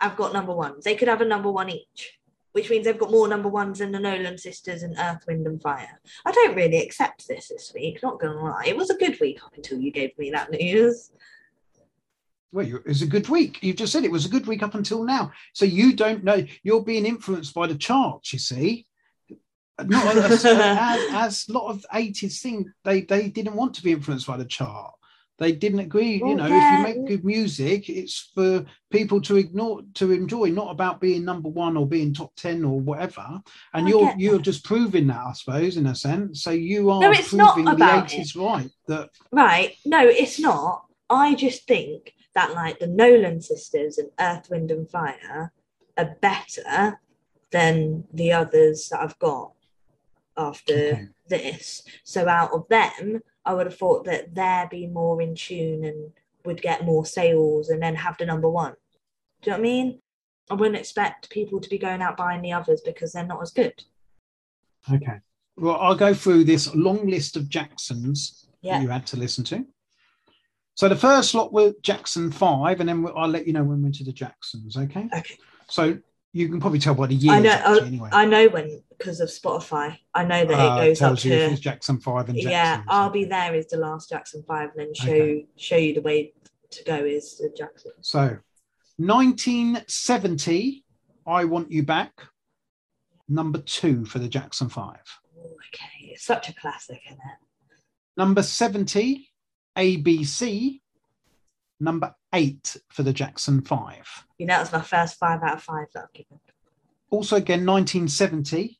have got number ones. They could have a number one each, which means they've got more number ones than the Nolan sisters and Earth, Wind, and Fire. I don't really accept this this week, not gonna lie. It was a good week up until you gave me that news.
Well, you- it was a good week. You've just said it was a good week up until now. So you don't know. You're being influenced by the charts. You see, not as, as,
*laughs*
as a lot of eighties thing. They they didn't want to be influenced by the chart. They didn't agree.
Well,
you know,
yeah.
if you make good music, it's for people to ignore to enjoy, not about being number one or being top ten or whatever. And
I
you're
get
you're
that.
just proving that, I suppose, in a sense. So you are
it's not
proving the
about it.
eighties right. That
Right. No, it's not. I just think that like the Nolan sisters and Earth, Wind and Fire are better than the others that I've got after
Okay.
this. So out of them, I would have thought that they'd be more in tune and would get more sales and then have the number one. Do you know what I mean? I wouldn't expect people to be going out buying the others because they're not as good.
okay. Well, I'll go through this long list of Jacksons that
Yeah.
you had to listen to. So the first lot were Jackson five, and then we- I'll let you know when we're to the Jacksons. Okay.
Okay.
So you can probably tell by the years.
know, oh,
actually, anyway,
I know when because of Spotify, I know that
Uh,
it goes up
tells you if
to
it's Jackson five and Jackson.
yeah, I'll be there is the last Jackson five, and then show
Okay.
show you the way to go is the Jackson.
So 1970, I want you back. Number two for the Jackson five.
Oh, Okay, it's such a classic, isn't it?
Number 70, ABC. Number eight for the Jackson five.
You know, that was my first five out of five that I've given.
also again 1970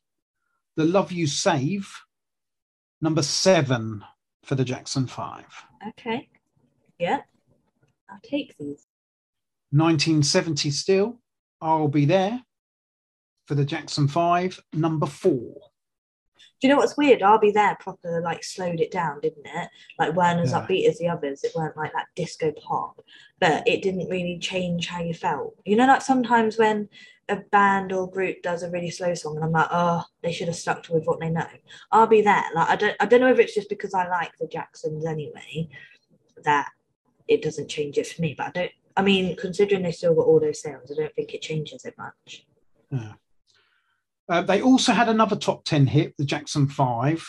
the love you save number seven for the jackson five
Okay, yeah, I'll take these.
1970 still i'll be there for the jackson five number four
Do you know what's weird? I'll be there proper like slowed it down, didn't it? Like weren't as
Yeah.
upbeat as the others. It weren't like that disco pop, but it didn't really change how you felt. You know, like sometimes when a band or group does a really slow song, and I'm like, oh, they should have stuck to with what they know. I'll be there. Like I don't, I don't know if it's just because I like the Jacksons anyway that it doesn't change it for me. But I don't. I mean, considering they still got all those sales, I don't think it changes it much.
Uh, they also had another top 10 hit the jackson five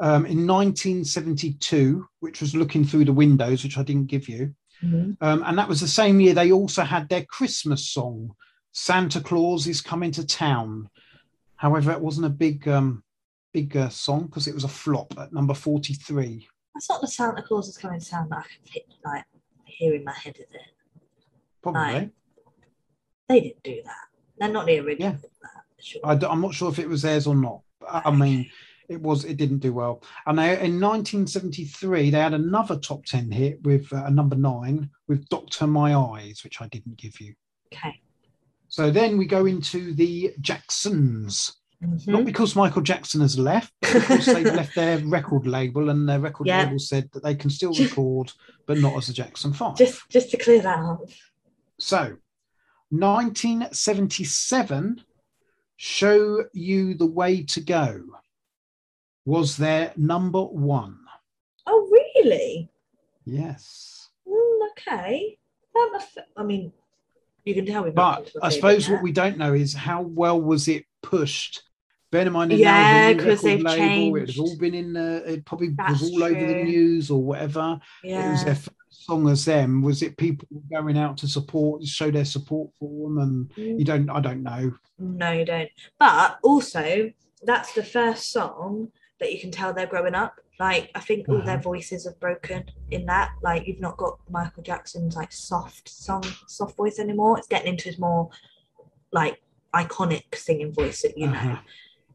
um, in 1972 which was looking through the windows which i didn't give you Um, and that was the same year they also had their Christmas song, Santa Claus is Coming to Town. However, it wasn't a big, um, big uh, song because it was a flop at number 43.
That's not the Santa Claus is coming sound that I can fit, like hear in my head, is it?
Probably.
Right. They didn't do that. They're not the original.
Yeah.
for That, sure.
I d- I'm not sure if it was theirs or not. But, I mean, it was. It didn't do well. And they, in 1973, they had another top 10 hit with uh, a number nine with Doctor My Eyes, which I didn't give you.
okay.
So then we go into the Jacksons.
Hmm?
Not because Michael Jackson has left, but
*laughs*
because they left their record label, and their record
Yeah.
label said that they can still record, but not as a Jackson Five.
Just just to clear that up.
so, 1977, "Show You the Way to Go" was their number one.
Oh really?
Yes,
Mm, okay. That must, I mean, you can tell we've not
but
been to a
I
fair
suppose
bit
what we don't know is how well was it pushed. Bear in mind,
Yeah,
now the new
'cause
record
they've
label, it's
changed.
all been in the, it probably
That's
was all over the
true.
news or whatever.
yet.
it was
Yeah.
their first song as them was it people going out to support show their support for them and
Mm.
you don't i don't know
No, you don't. But also, that's the first song that you can tell they're growing up. Like, I think all their
Uh-huh.
voices have broken in that. Like, you've not got Michael Jackson's like soft song, soft voice anymore. It's getting into his more like iconic singing voice that you know.
Uh-huh.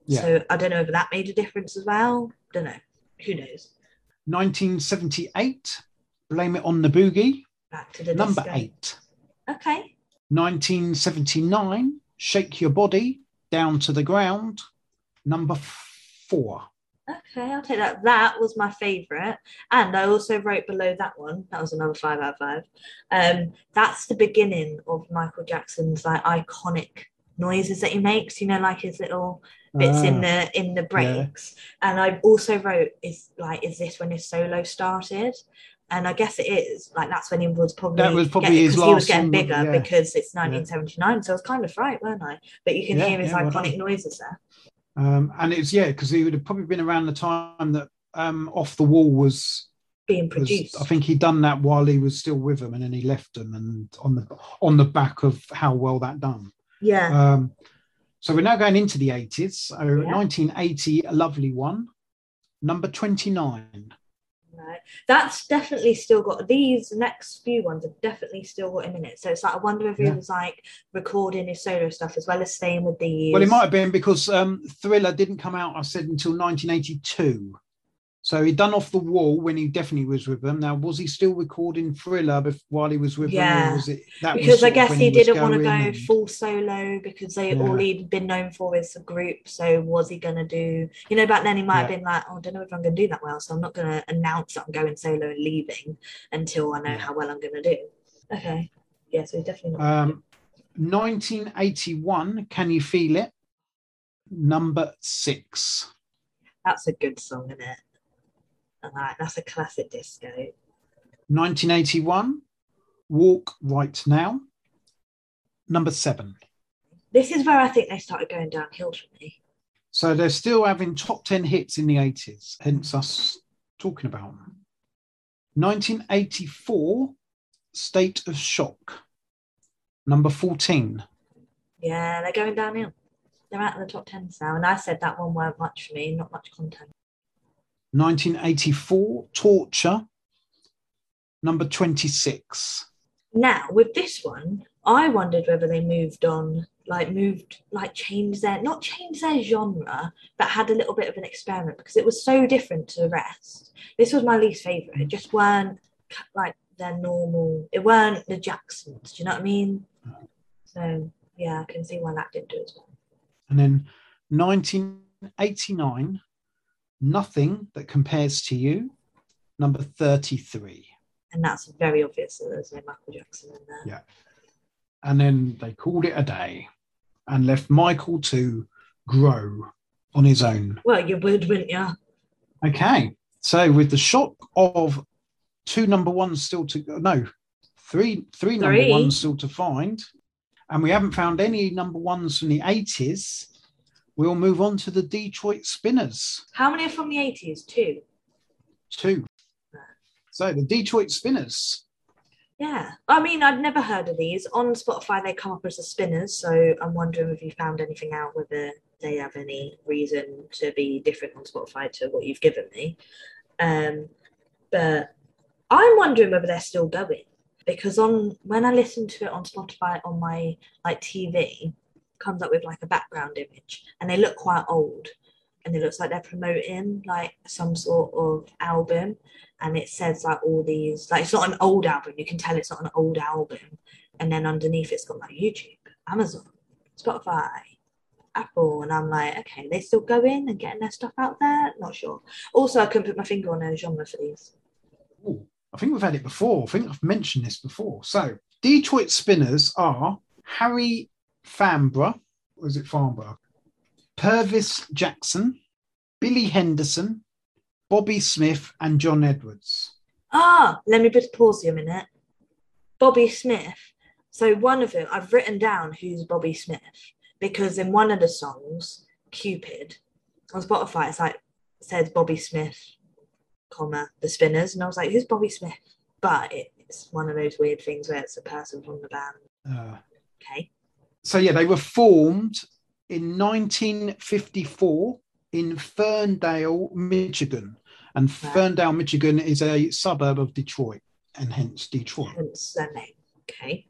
Yeah.
So I don't know if that made a difference as well. Don't know. Who knows?
1978 blame it on the boogie
Back to the
number
disco.
eight
Okay.
1979 shake your body down to the ground number four
Okay, I'll take that. That was my favourite. And I also wrote below that one, that was another five out of five. Um, that's the beginning of Michael Jackson's like iconic noises that he makes, you know, like his little bits in
Ah,
the in the breaks. And I also wrote is like, is this when his solo started? and I guess it is like that's when he was probably
That was probably his
'cause he was
last
getting
song,
bigger
yeah.
because it's 1979, so I was kind of right, weren't I? But you can
Yeah,
hear his
yeah, well
iconic
done.
noises there.
Um, and it's yeah, because he would have probably been around the time that um, Off the Wall was.
being
was
produced.
I think he'd done that while he was still with them, and then he left them, and on the on the back of how well that done.
yeah,
Um, so we're now going into the eighties. So
Yeah.
1980, a lovely one, number twenty nine.
right. that's definitely still got these next few ones have definitely still got him in it. So it's like I wonder if he
Yeah.
was like recording his solo stuff as well as staying with the.
Well, it might have been because um, Thriller didn't come out, I said, until 1982. So he'd done Off the Wall when he definitely was with them. Now, was he still recording Thriller bef- while he was with them?
Yeah.
Or was it, that was
because I
sort of
guess
when
he
was
didn't want to
going
go
and-
full solo because they
Yeah.
all he'd been known for is the group. So was he gonna do? You know, back then he might have
Yeah.
been like, oh, I don't know if I'm gonna do that well, so I'm not gonna announce that I'm going solo and leaving until I know
Yeah.
how well I'm gonna do. Okay, yeah, so he's definitely not.
Um, 1981, Can You Feel It? Number six.
That's a good song, isn't it? And like, that's a classic disco.
1981, Walk Right Now. Number seven.
This is where I think they started going downhill for me.
So they're still having top 10 hits in the 80s, hence us talking about them. 1984, State of Shock, number 14.
Yeah, they're going downhill. They're out of the top ten now, and I said that one weren't much for me, not much content.
1984, Torture, number 26.
Now with this one, I wondered whether they moved on, like moved, like changed their not changed their genre, but had a little bit of an experiment because it was so different to the rest. This was my least favorite. It just weren't ca- like their normal. It weren't the Jacksons. Do you know what I mean? So yeah, I can see why that didn't do as well.
And then 1989, Nothing That Compares to You, number 33.
And that's very obvious that there's no Michael Jackson in there.
Yeah. and then they called it a day and left Michael to grow on his own.
Well, you would, wouldn't you?
Okay, so with the shock of two number ones still to go, no, three three number
Three.
ones still to find, and we haven't found any number ones from the eighties. We'll move on to the Detroit Spinners
How many are from the 80s? Two.
two. So the Detroit Spinners.
Yeah. I mean, I'd never heard of these. On Spotify, they come up as the spinners. So I'm wondering if you found anything out, whether they have any reason to be different on Spotify to what you've given me. Um, but I'm wondering whether they're still going because on when I listen to it on Spotify on my like TV, comes up with like a background image and they look quite old and it looks like they're promoting like some sort of album and it says like all these like it's not an old album you can tell it's not an old album and then underneath it's got like youtube amazon spotify apple and i'm like okay they still going and getting their stuff out there not sure also i couldn't put my finger on a genre for these
Ooh, I think we've had it before. I think I've mentioned this before. So Detroit Spinners are Harry Farnborough, or is it Farnborough? Purvis Jackson, Billy Henderson, Bobby Smith, and John Edwards.
Ah, let me just pause you a minute. Bobby Smith. So one of them, I've written down who's Bobby Smith because in one of the songs, Cupid, on Spotify, it's like says Bobby Smith, comma the Spinners, and I was like, who's Bobby Smith? But it, it's one of those weird things where it's a person from the band.
Uh,
Okay,
so yeah, they were formed in 1954 in Ferndale, Michigan, and
Right.
Ferndale, Michigan is a suburb of Detroit, and hence Detroit.
hence their name. Okay,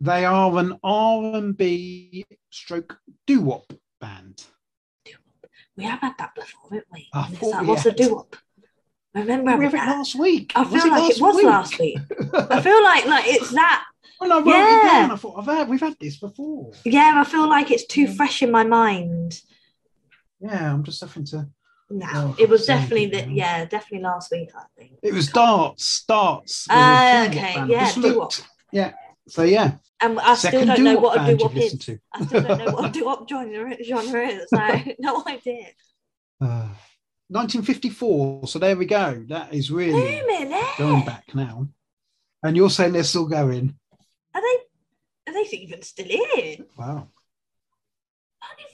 They are an R&B stroke doo-wop band.
we have had that before, haven't we?
I
And it's
thought
like,
we
what's
had.
a do-up? Remember
We
having
had it
that?
last week.
I feel like it was last week. I feel like like it's that
when I wrote it
Yeah.
down, I thought, I've had, we've had this before.
Yeah, I feel like it's too fresh in my mind
Yeah, I'm just having to...
now.
Oh,
it was
same
definitely
thing,
that.
yeah.
Yeah, definitely last week, I think.
It was Darts, Darts. was a
Ah,
doo-wop
okay,
band.
yeah,
Just
doo-wop.
looked. Yeah, so yeah.
And I still
second
don't know
doo-wop
what a
band
do up
you've listened
is.
to. *laughs*
I still don't know what a do up genre genre is. So no idea.
Uh, 1954. So there we go. That is really
Wait a minute.
going back now. And you're saying they're still going.
Are they? Are they even still in?
Wow.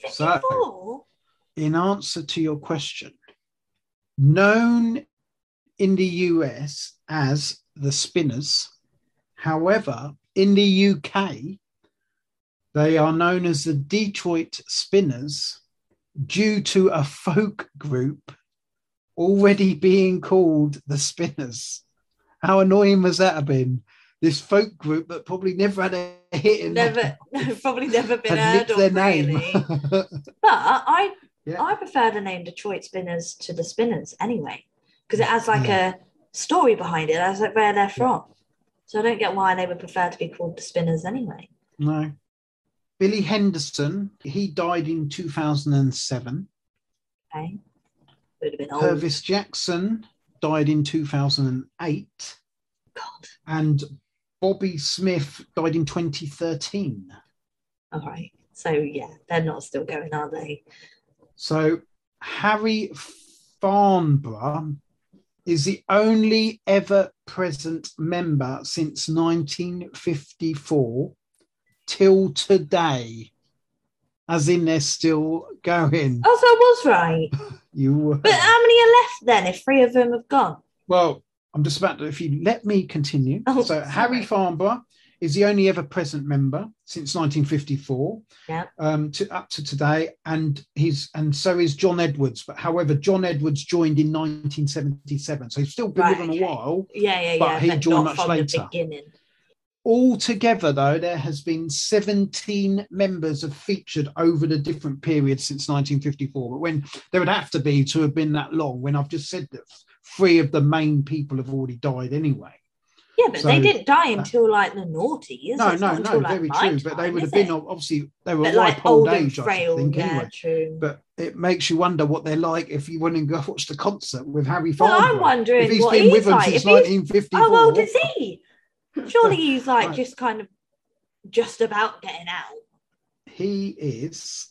So-
1954.
In answer to your question, known in the US as the Spinners, however, in the UK, they are known as the Detroit Spinners due to a folk group already being called the Spinners. How annoying was that have been? This folk group that probably never had a hit in their
Never, *laughs* no, probably never been
had
heard
nicked
of
their
really.
name. *laughs*
but I,
Yeah.
I prefer the name Detroit Spinners to the Spinners anyway, because it has like a story behind it. That's like where they're from. So I don't get why they would prefer to be called the Spinners anyway.
No. Billy Henderson, he died in 2007.
Okay, would have been old.
Purvis Jackson died in 2008.
God.
And Bobby Smith died in 2013.
All right. So yeah, they're not still going, are they?
So Harry Farnborough is the only ever present member since 1954 till today, as in they're still going.
Oh, so I was
*laughs*
right.
You were.
But how many are left then? If three of them have gone,
Well, I'm just about to, if you let me continue.
Oh,
so,
sorry.
Harry Farnborough is the only ever present member since 1954
Yep.
um, to, up to today. And he's, and so is John Edwards. But however, John Edwards joined in 1977. So he's still been
Right,
with them
okay.
a while.
yeah, yeah,
But
yeah.
he joined
not
much
from
later.
the beginning.
Altogether, though, there has been 17 members have featured over the different periods since 1954. But when there would have to be to have been that long, when I've just said that three of the main people have already died anyway.
Yeah, but they
So- uh,
didn't die until like the noughties.
No,
It's
no,
not
no,
until, like,
very
my
true. But they
time,
would have
is
been
it?
ob- obviously they were
But,
ripe
like
old
old and
age, I should
frail.
think,
yeah,
anyway.
true.
But it makes you wonder what they're like if you went and go watch the concert with Harry
well,
Farmer.
I'm wondering
if he's
what
been
he's
with them
like.
since
If he's,
1954.
how old is he?
*laughs*
Surely he's like
Right.
just kind of just about getting out.
He is,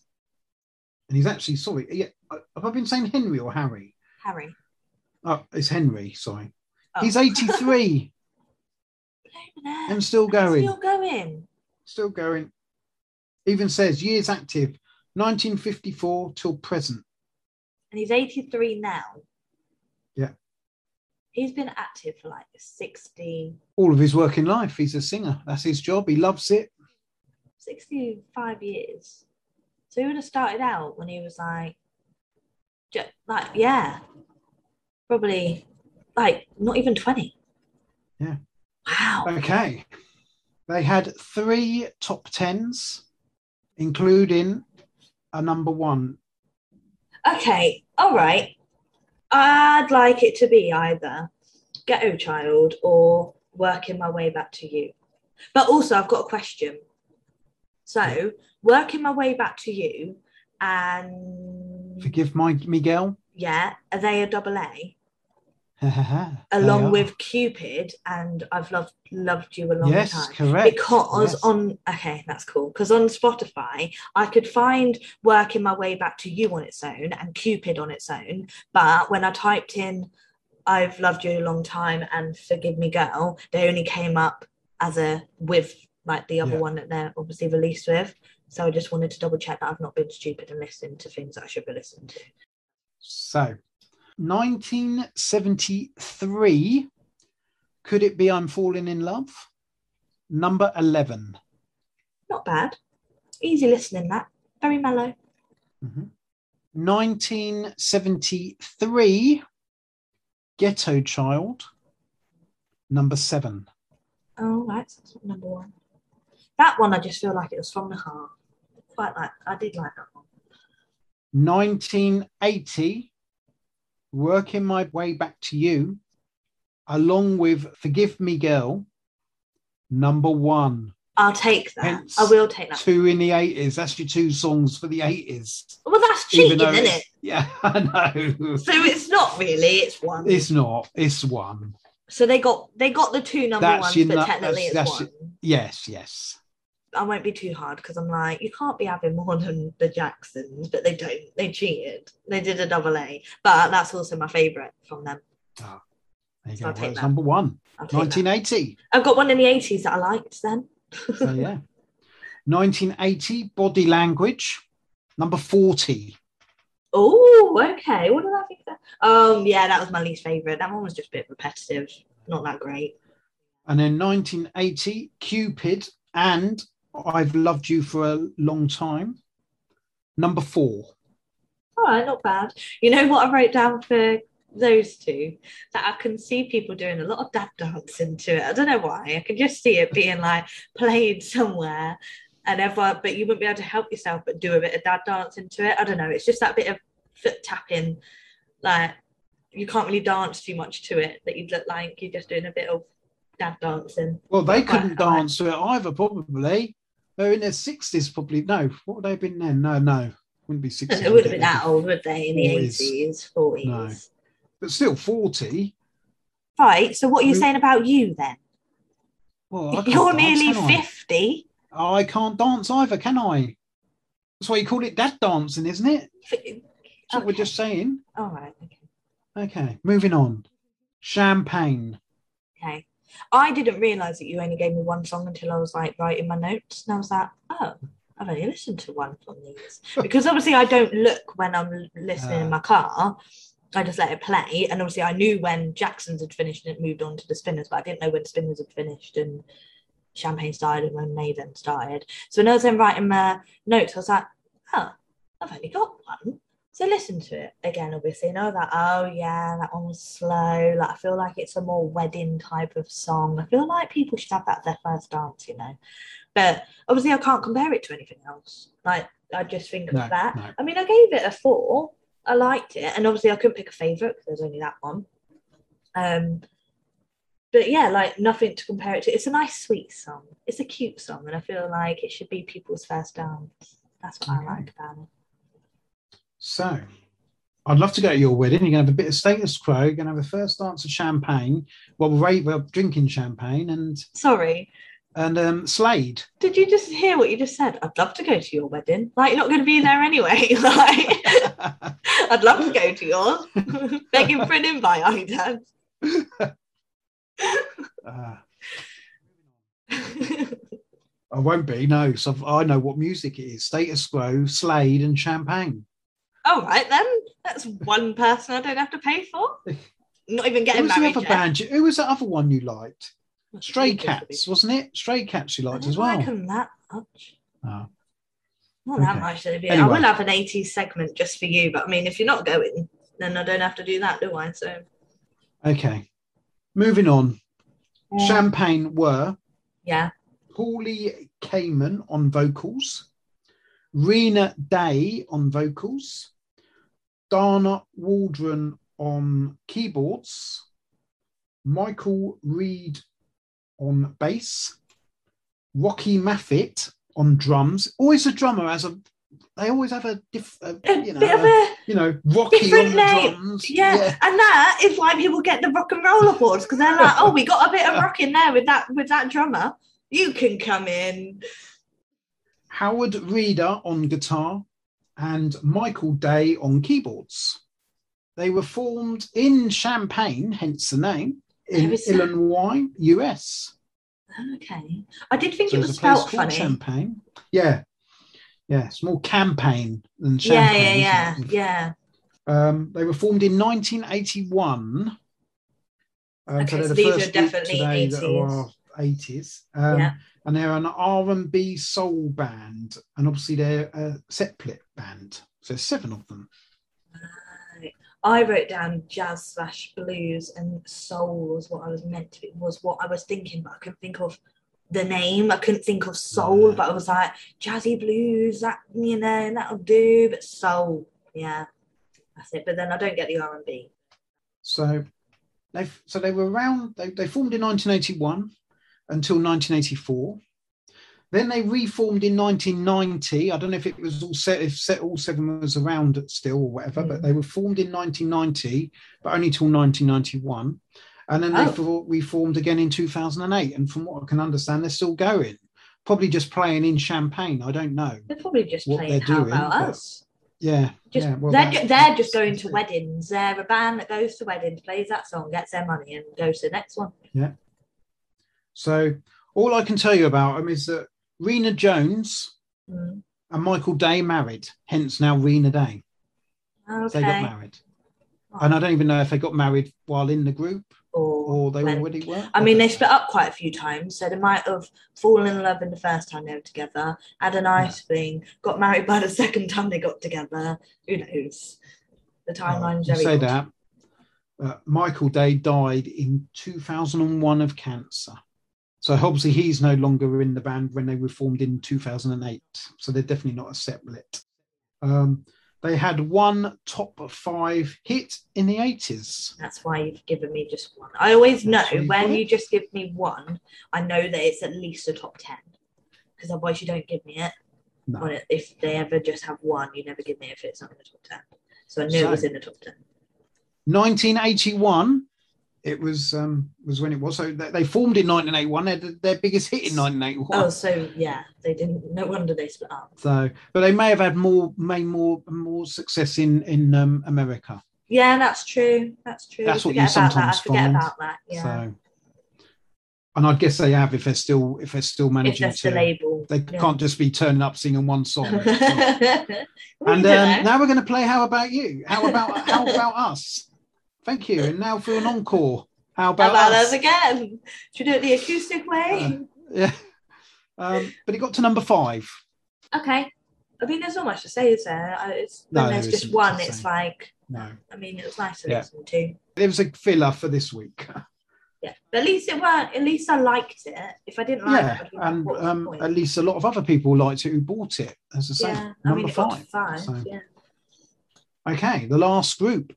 and he's actually sorry. Yeah, uh, have I been saying Henry or Harry?
Harry.
Oh, it's Henry. Sorry,
Oh.
he's
*laughs*
83
Blimey,
and still going.
Still going.
still going. Even says years active, 1954 till present.
And he's 83 now.
Yeah.
He's been active for like 60,
All of his working life, he's a singer. That's his job. He loves it.
65 years. So he would have started out when he was like, ju- like yeah, probably like not even 20.
Yeah.
Wow.
Okay. They had three top tens, including a number one.
Okay. All right. I'd like it to be either Ghetto Child or Working My Way Back to You. But also, I've got a question. So, Working My Way Back to You and
Forgive my Miguel. *laughs*
yeah, are they a double A?
Along
along with Cupid and I've loved loved you a long
yes,
time.
correct.
Because
Yes.
on okay, that's cool. Because on Spotify, I could find working my way back to you on its own and Cupid on its own. But when I typed in I've loved you a long time and forgive me girl, they only came up as a with like the other
Yeah.
one that they're obviously released with. So I just wanted to double check that I've not been stupid and listened to things that I should be listening to.
so 1973. Could it be I'm falling in love? Number 11.
Not bad. Easy listening that. Very mellow.
Mhm. 1973. Ghetto Child. Number seven.
Oh, right, so that's number one. That one, I just feel like it was from the heart. Quite like, I did like that one.
1980, Working My Way Back to You, along with Forgive Me Girl, number one.
I'll take that.
Hence-
I will take that.
Two in the 80s. That's your two songs for the 80s.
Well, that's
Even
cheating,
though
isn't
it's-
it?
*laughs* Yeah, I know.
So it's not really. It's one.
It's not. It's one.
so they got they got the two number
That's
ones,
your
but
nu-
technically
that's-
it's
that's
one.
Yes, yes.
I won't be too hard because I'm like, you can't be having more than the Jacksons, but they don't. They cheated. They did a double A, but that's also my favourite from them.
Ah, there you
So
go.
I'll
Well,
take
it's
that.
number one,
I'll take that.
1980.
I've got one in the 80s that I liked then.
So yeah, 1980 body language, number 40.
Oh, okay. What did I think? That? Um, yeah, that was my least favorite. That one was just a bit repetitive, not that great.
And then 1980, Cupid and I've Loved You for a Long Time. Number four.
All right, not bad. You know what I wrote down for those two? That I can see people doing a lot of dab dancing to it. I don't know why. I can just see it being like played somewhere, and everyone, but you wouldn't be able to help yourself but do a bit of dab dancing to it. I don't know. It's just that bit of foot tapping, like you can't really dance too much to it. That you'd look like you're just doing a bit of dab dancing.
Well, they
Quite
couldn't
high.
dance to it either, probably. They're in their 60s, probably. No, what would they have been then? No, no. Wouldn't be 60s.
*laughs* It
would
would have been
it?
that old, would they? In the
Always.
eighties, forties.
No. But still, 40.
Right. So what are you
Mm.
saying about you then?
Well, I can't
You're
dance,
nearly
can I?
fifty.
I can't dance either, can I? That's why you call it dad dancing, isn't it?
Fi-
That's what we're
Okay.
just saying.
All right. Okay.
Okay, moving on. Champagne.
okay. I didn't realise that you only gave me one song until I was like writing my notes, and I was like, oh. I've only listened to one from these because obviously I don't look when I'm l- listening
Ah.
in my car. I just let it play, and obviously I knew when Jackson's had finished and it moved on to the Spinners, but I didn't know when Spinners had finished and Champagne started and when Nathan started. So when I was then writing my notes, I was like, oh, I've only got one. So listen to it again, obviously, and I was like, oh yeah, that one was slow. Like I feel like it's a more wedding type of song. I feel like people should have that as their first dance, you know. But obviously, I can't compare it to anything else. Like I just think of
No,
that.
no.
I mean, I gave it a four. I liked it, and obviously, I couldn't pick a favorite because there's only that one. Um, but yeah, like nothing to compare it to. It's a nice, sweet song. It's a cute song, and I feel like it should be people's first dance. That's what
Okay.
I like about it.
So, I'd love to go to your wedding. You're going to have a bit of status quo. You're going to have a first dance of champagne. Well, right, well, drinking champagne and
Sorry,
and um,
*laughs*
Slade. *laughs*
Did you just hear what you just said? I'd love to go to your wedding. Like, you're not going to be there anyway. *laughs* Like, I'd love to go
*laughs*
to yours. Begging for an invite, I dad.
Uh, I won't be. No, so I've- I know what music it is. Status quo, Slade, and champagne.
*laughs* All right, then. That's one person I don't have to pay for. Not even
Who
getting
was the
married.
other
yet.
band? you- Who was the other one you liked? Stray
Just a bit-
Cats, wasn't it? Stray Cats you
I
liked
don't
as well.
like them that much.
Oh.
Not that
Okay.
much. Olivia. I
Anyway.
will have an 80s segment just for you, but I mean, if you're not going, then I don't have to do that, do I? So,
Okay, moving on.
yeah.
Champagne were
yeah.
Paulie Kamen on vocals, Rena Day on vocals, Dana Waldron on keyboards, Michael Reed on bass, Rocky Maffitt on drums. Always a drummer as a they always have a diff, uh,
A
you
bit of
know,
a
you know, Rocky on
different name.
the drums.
Yeah, and that is why people get the rock and roll awards because they're like, "Oh, we got a bit of rock in there with that with that drummer. You can come in."
Howard Reeder on guitar and Michael Day on keyboards. They were formed in Champaign, hence the name, in
There is that.
Illinois, US.
Okay, I did think
So
it
there's
was
a place called
spelled funny.
Champagne. Yeah. Yeah, it's more campaign than
Yeah,
champagne.
yeah, yeah,
isn't it?
yeah.
Um, they were formed in 1981. Um,
Okay,
they're
so
the
these are
first group
definitely
today that are 80s. Um,
Yeah.
And they're an R&B soul band, and obviously they're a seplet band. So there's seven of them.
Right. I wrote down jazz slash blues and soul was what I was meant to be was what I was thinking, but I couldn't think of the name. I couldn't think of soul,
Yeah.
but I was like jazzy blues, that you know, that'll do. But soul, yeah, that's it. But then I don't get the R and B.
So they so they were around. They, they formed in 1981 until 1984. Then they reformed in 1990. I don't know if it was all set if set all seven was around still or whatever, but
Mm.
they were formed in 1990, but only till 1991. And then they
Oh.
for, reformed again in 2008. And from what I can understand, they're still going. probably just playing in Champagne. I don't know.
They're probably just
What
playing
they're
How
doing,
About
but-
Us.
Yeah,
Just,
yeah. Well,
they're,
that's-
ju- they're just going
that's
to
it.
weddings. They're a band that goes to weddings, plays that song, gets their money, and goes to the next one.
So all I can tell you about them is that Rena Jones
Mm.
and Michael Day married, hence now Rena Day. They got
Okay.
married, and I don't even know if they got married while in the group
Or,
or they
when-
already were.
I mean, they split up quite a few times, so they might have fallen in love in the first time they were together, had a nice thing, got married by the *laughs* second time they got together. Who knows? The timeline's
Oh, You
very
say that.
odd.
Uh, Michael Day died in 2001 of cancer. So obviously he's no longer in the band when they were formed in 2008. So they're definitely not a seplet. Um, they had one top five hit in the 80s.
That's why you've given me just one. I always know
That's what you
when
got.
you just give me one, I know that it's at least a top 10. Because otherwise, you don't give me it.
No.
Or If they ever just have one, you never give me it if it's not in the top 10. So I knew it was
So-
in the top 10.
1981 it was um was when it was so they, they formed in 1981 they had their biggest hit in 1981
Oh, so yeah, they didn't. No wonder they split up.
so but they may have had more made more more success in in um, america
Yeah, that's true. That's true.
That's
I
what you
forget about that.
sometimes
I forget
find.
about that. Yeah.
so and i guess they have if they're still if they're still
if
managing
that's the
to
label.
they
yeah.
can't just be turning up singing one
*laughs*
song and um,
and
now we're going to play how about you how about how about us thank you and now for an encore how about,
about, about
us? Uh,
us again. Should we do it the acoustic way?
yeah um, but it got to number five
okay. I mean, there's not much to say, is there? I- It's,
No,
when there's
there
just
isn't much
one,
to
it's
say.
like,
no
I mean, it was nice to
Yeah.
listen to.
It was a filler for this
*laughs*
week.
Yeah. But at least it weren't, at least I liked it. If I didn't like
Yeah,
it, I'd be like,
and
what's the
um,
point?
at least a lot of other people liked it who bought it, as I say.
yeah, I
number
mean, it got
five.
to five.
so.
Yeah.
Okay, the last group,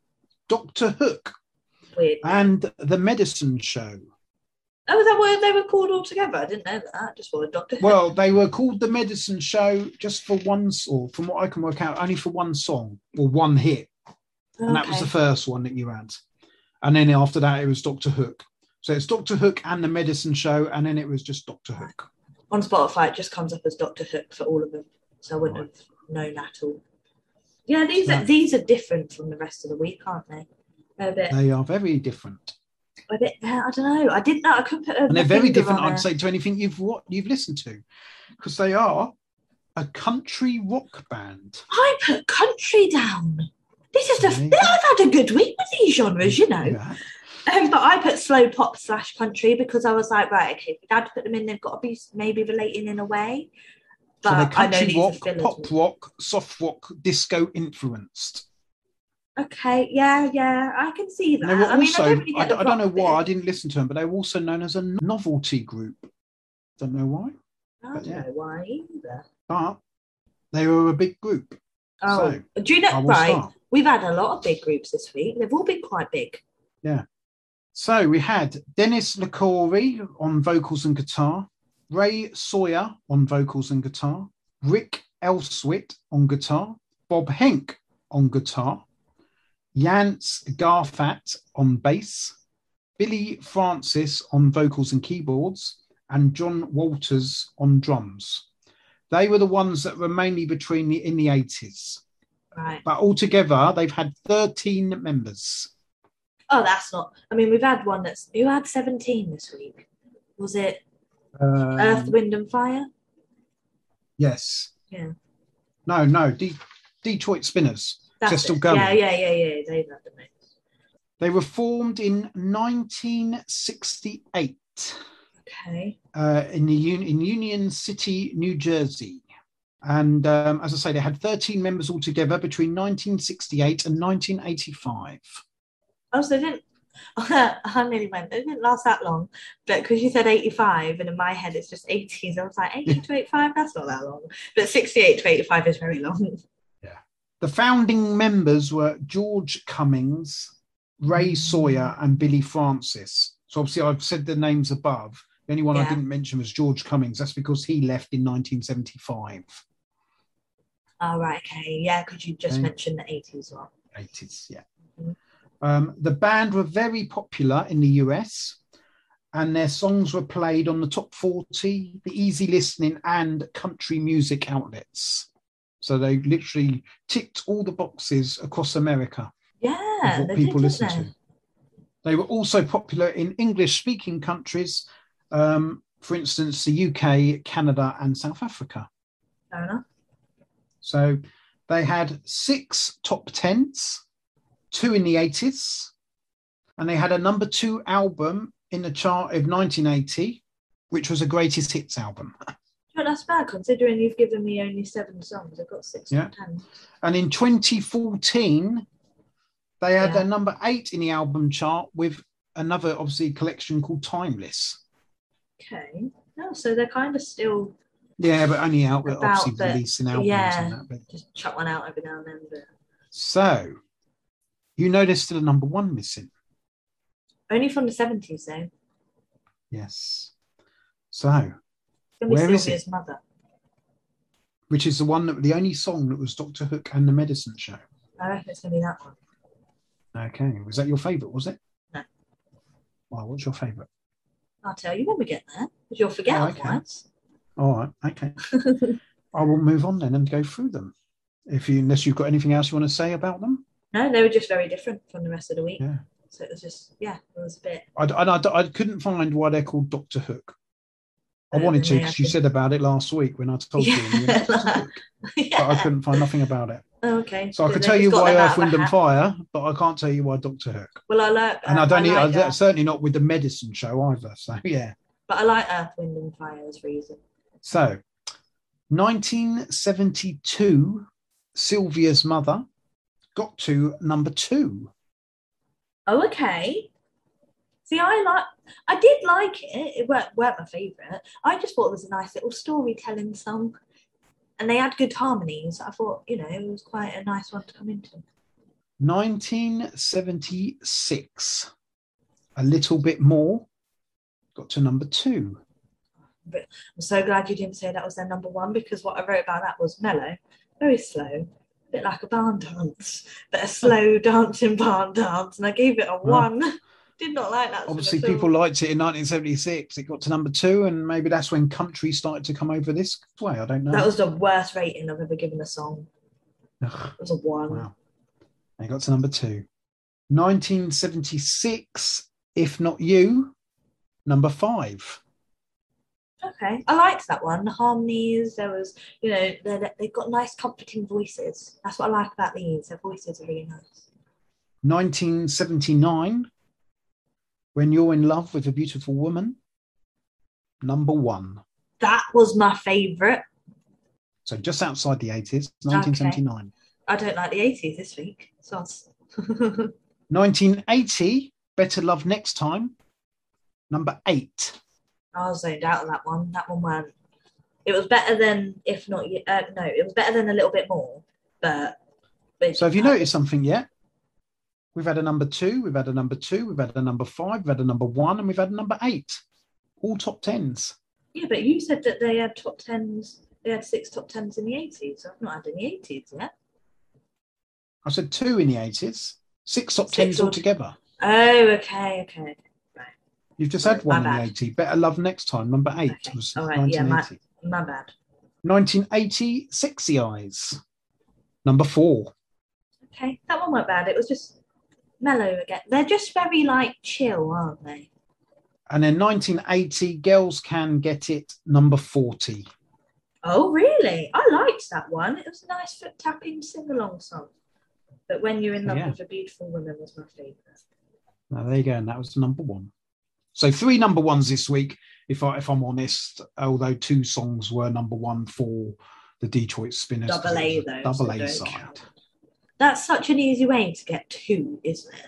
Doctor Hook
Weird.
and the Medicine Show.
Oh, is that what they were called all together? I didn't know that. Just what a doctor.
Well, they were called the Medicine Show just for one, s- or from what I can work out, only for one song or one hit, and that was the first one that you had. And then after that, it was Doctor Hook. So it's Doctor Hook and the Medicine Show, and then it was just Doctor Hook.
on Spotify, it just comes up as Doctor Hook for all of them, so I wouldn't
Right.
have known at all. Yeah, these are
No.
these are different from the rest of the week, aren't they? They're a bit,
They are very different.
a bit. I don't know. I didn't know. I couldn't put. A *laughs*
and they're very
finger
different,
on
I'd
it.
say, to anything you've what you've listened to, because they are a country rock band.
I put country down. This is the.
There you go.
I've had a good week with these genres, you know.
Yeah.
Um, but I put slow pop slash country because I was like, right, okay, if we had to put them in, they've got to be maybe relating in a way.
So they're
But I know
country
these are
rock,
fillers.
pop rock, soft rock, disco influenced.
Okay, yeah, yeah, I can see
And
that.
they were
I mean,
also,
I don't really
I,
get
d-
the
I don't know
rock
why I
bit.
didn't listen to them, but they were also known as a novelty group. Don't know why,
I
but
don't
yeah.
know why either.
but they were a big group.
Oh, do you
I
know?
will
Right,
start.
we've had a lot of big groups this week. They've all been quite big.
So we had Dennis LaCoury on vocals and guitar, Ray Sawyer on vocals and guitar, Rick Elswit on guitar, Bob Henk on guitar, Jans Garfat on bass, Billy Francis on vocals and keyboards, and John Walters on drums. They were the ones that were mainly between the, in the 80s,
Right.
but altogether they've had 13 members.
Oh, that's not. I mean, we've had one that's who had seventeen this week. Was it
Um,
Earth, Wind, and Fire?
Yes.
Yeah.
No, no, De- Detroit Spinners.
That's
still
it.
going.
Yeah, yeah, yeah, yeah. They've had the most.
They were formed in 1968
Okay.
uh, in the un- in Union City, New Jersey. And um, as I say, they had 13 members altogether between 1968 and 1985.
Oh, so they didn't. *laughs* I nearly went. They didn't last that long, but because you said eighty-five, and in my head it's just eighties. I was like eighty to eighty-five. That's not that long, but sixty-eight to eighty-five is very long. *laughs*
The founding members were George Cummings,
Mm-hmm.
Ray Sawyer, and Billy Francis. So obviously, I've said the names above. The only one I
Yeah.
didn't mention was George Cummings. That's because he left in 1975.
Oh, right. Okay. Yeah, because you just
Okay.
mentioned the eighties one.
80s, yeah.
Mhm.
Um, the band were very popular in the US and their songs were played on the top 40, the easy listening, and country music outlets. So they literally ticked all the boxes across America
Yeah,
of
they
what
did,
people
didn't
listen
they?
to. They were also popular in English speaking countries, um, for instance, the UK, Canada, and South Africa.
Fair enough.
So they had six top tens, two in the 80s, and they had a number two album in the chart of 1980, which was a greatest hits album.
You know, that's bad considering you've given me only seven songs. I've got six
Yeah.
top ten.
And in 2014, they had
Yeah.
a number eight in the album chart with another, obviously, collection called Timeless.
Okay. No, so they're kind of still
Yeah, but only out,
About
obviously,
the-
releasing albums
yeah.
and that. But,
just chuck one out every now and then. But
so, you know, there's still a number one missing.
only from the seventies though.
Yes. So,
It's gonna be
Where is
Sylvia's mother.
which is the one that the only song that was Doctor Hook and the Medicine Show.
I reckon it's gonna be that one.
Okay, was that your favourite? Was it?
No.
Wow, what's your favourite?
I'll tell you when we get there. Because you'll forget
Oh, okay.
otherwise.
All right,
*laughs*
okay. I will move on then and go through them. If you, unless you've got anything else you want to say about them,
No, they were just very different from the rest of the week.
Yeah.
So it was just yeah, it was a bit
I, I, I, I couldn't find why they're called Doctor Hook. I
Yeah,
wanted to
they
because you
have to-
said about it last week when I told you,
*laughs*
and you went,
Yeah.
"Doctor Hook,"
*laughs* yeah.
but I couldn't find nothing about it.
Oh, okay.
So I
They
could tell you
just got
why
them out
Earth,
of a
Wind and
hat.
Fire, but I can't tell you why Doctor Hook.
Well I like
And I
um,
don't, e- I
like, uh,
certainly not with the Medicine Show either. So yeah.
but I like Earth, Wind and Fire's reason.
So, 1972, Sylvia's mother got to number two.
Oh, okay. See, I like, I did like it. It weren't, weren't my favourite. I just thought it was a nice little storytelling song, and they had good harmonies. I thought, you know, it was quite a nice one to come into.
1976, a little bit more, got to number two.
I'm so glad you didn't say that was their number one because what I wrote about that was mellow, very slow, a bit like a barn dance, but
*laughs*
a slow dancing barn dance, and I gave it a one. *laughs* Did not like that. song
Obviously,
at all.
people liked it in 1976. It got to number two, and maybe that's when country started to come over this way. I don't know.
That was the worst rating I've ever given a song.
Ugh.
It was a one.
Wow. They got to number two. 1976, If Not You, number five.
Okay, I liked that one. The harmonies, there was, you know, they- they- they've got nice, comforting voices. That's what I like about these. Their voices are really nice.
1979, When You're in Love with a Beautiful Woman, number one.
That was my favourite.
So just outside the 80s, 1979.
I don't like the 80s this week. So I *laughs* was-
1980, Better Love Next Time, number eight.
I was zoned out of that one. That one went. It was better than, if not, y- uh, no, it was better than a little bit more. But. but-
So have you noticed something yet? We've had a number two, we've had a number two, we've had a number five, we've had a number one, and we've had a number eight. All top tens.
Yeah, but you said that they had top tens. They had six top tens in the 80s. I've not had any 80s yet.
I said two in the 80s, six top
Six
tens
all-
altogether.
Oh, okay, okay.
You've just
Sorry,
had one
Oh, my
in the
bad.
80. Better Love Next Time, number eight
Okay,
was
all right, yeah,
1980.
My bad.
1980 Sexy Eyes, number four.
Okay, that one weren't bad. It was just mellow again. They're just very like chill, aren't they?
And then 1980 Girls Can Get It, number 40.
Oh, really? I liked that one. It was a nice foot tapping sing along song. But when you're in love
Yeah.
with a beautiful woman was my favourite.
Now, there you go. And that was the number one. So three number ones this week, if, I, if I'm honest, although two songs were number one for the Detroit Spinners.
Double A though. so
Double A
don't
side.
count. That's such an easy way to get two, isn't it?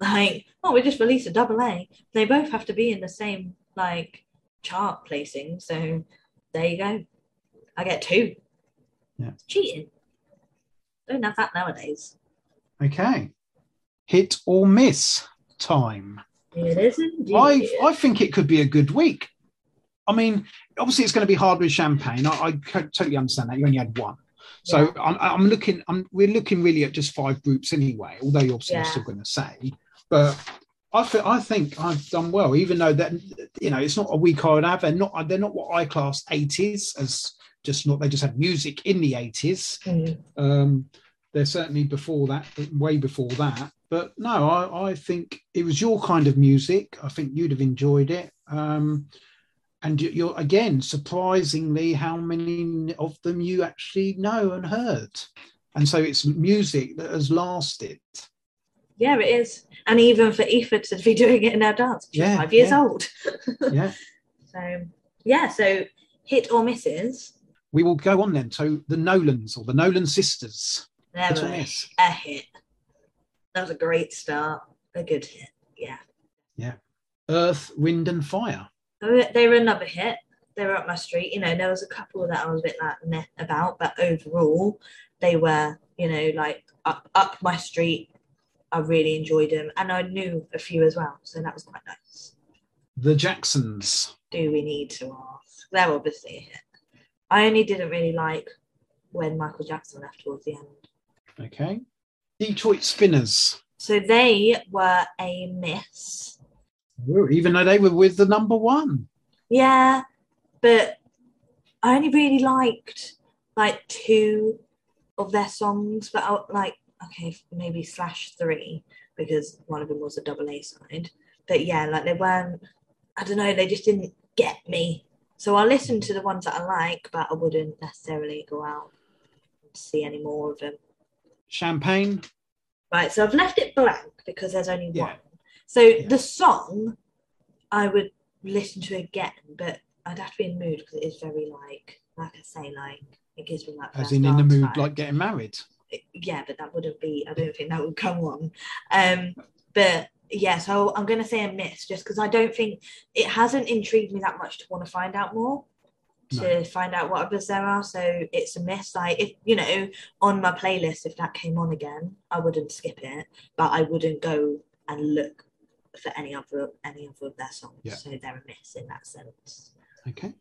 Like, oh, we just released a double A. They both have to be in the same like chart placing. So there you go. I get two.
Yeah.
Cheating. Don't have that nowadays.
Okay. Hit or miss time.
It is indeed.
I I think it could be a good week. I mean, obviously it's going to be hard with champagne. I, I co- totally understand that you only had one, so I'm, I'm looking. I'm we're looking really at just five groups anyway. Although you're obviously
Yeah.
still going to say, but I think I think I've done well, even though that you know it's not a weak I would have, and not they're not what I class eighties as just not they just had music in the eighties.
Mm.
Um, they're certainly before that, way before that. But no, I, I think it was your kind of music. I think you'd have enjoyed it. Um, and you- you're again surprisingly how many of them you actually know and heard. And so it's music that has lasted.
Yeah, it is. And even for Aoife to be *laughs* doing it in her dance, she's
Yeah,
five years
yeah.
old.
Yeah.
So yeah, so hit or misses,
We will go on then to the Nolans or the Nolan sisters.
there
Hit or
we
miss?
a hit. That was a great start. A good hit.
Earth, Wind and Fire.
They were- They were another hit. They were up my street. You know, there was a couple that I was a bit like meh about, but overall, they were you know like up up my street. I really enjoyed them, and I knew a few as well, so that was quite nice.
The Jacksons.
do we need to ask? They're obviously a hit. I only didn't really like when Michael Jackson left towards the end.
Okay. Detroit Spinners.
So they were a miss.
Woo, Even though they were with the number one.
Yeah, but I only really liked like two of their songs, but I, like, okay, maybe slash three because one of them was a double A side. But yeah, like they weren't, I don't know, they just didn't get me. So I listened to the ones that I like, but I wouldn't necessarily go out and see any more of them.
Champagne.
Right, so I've left it blank because there's only
Yeah.
one. So the song I would listen to again, but I'd have to be in the mood because it is very like, like I say, like it gives me like
As
first
in in the
dance
mood,
vibe.
like getting married.
yeah, but that wouldn't be. I don't think that would come on. Um, but yeah, so I'm gonna say a miss just because I don't think it hasn't intrigued me that much to want to find out more. To find out what others there are, so it's a miss. Like if you know, on my playlist, if that came on again, I wouldn't skip it, but I wouldn't go and look for any other any other of their songs.
Yeah.
So they're a miss in that sense.
Okay.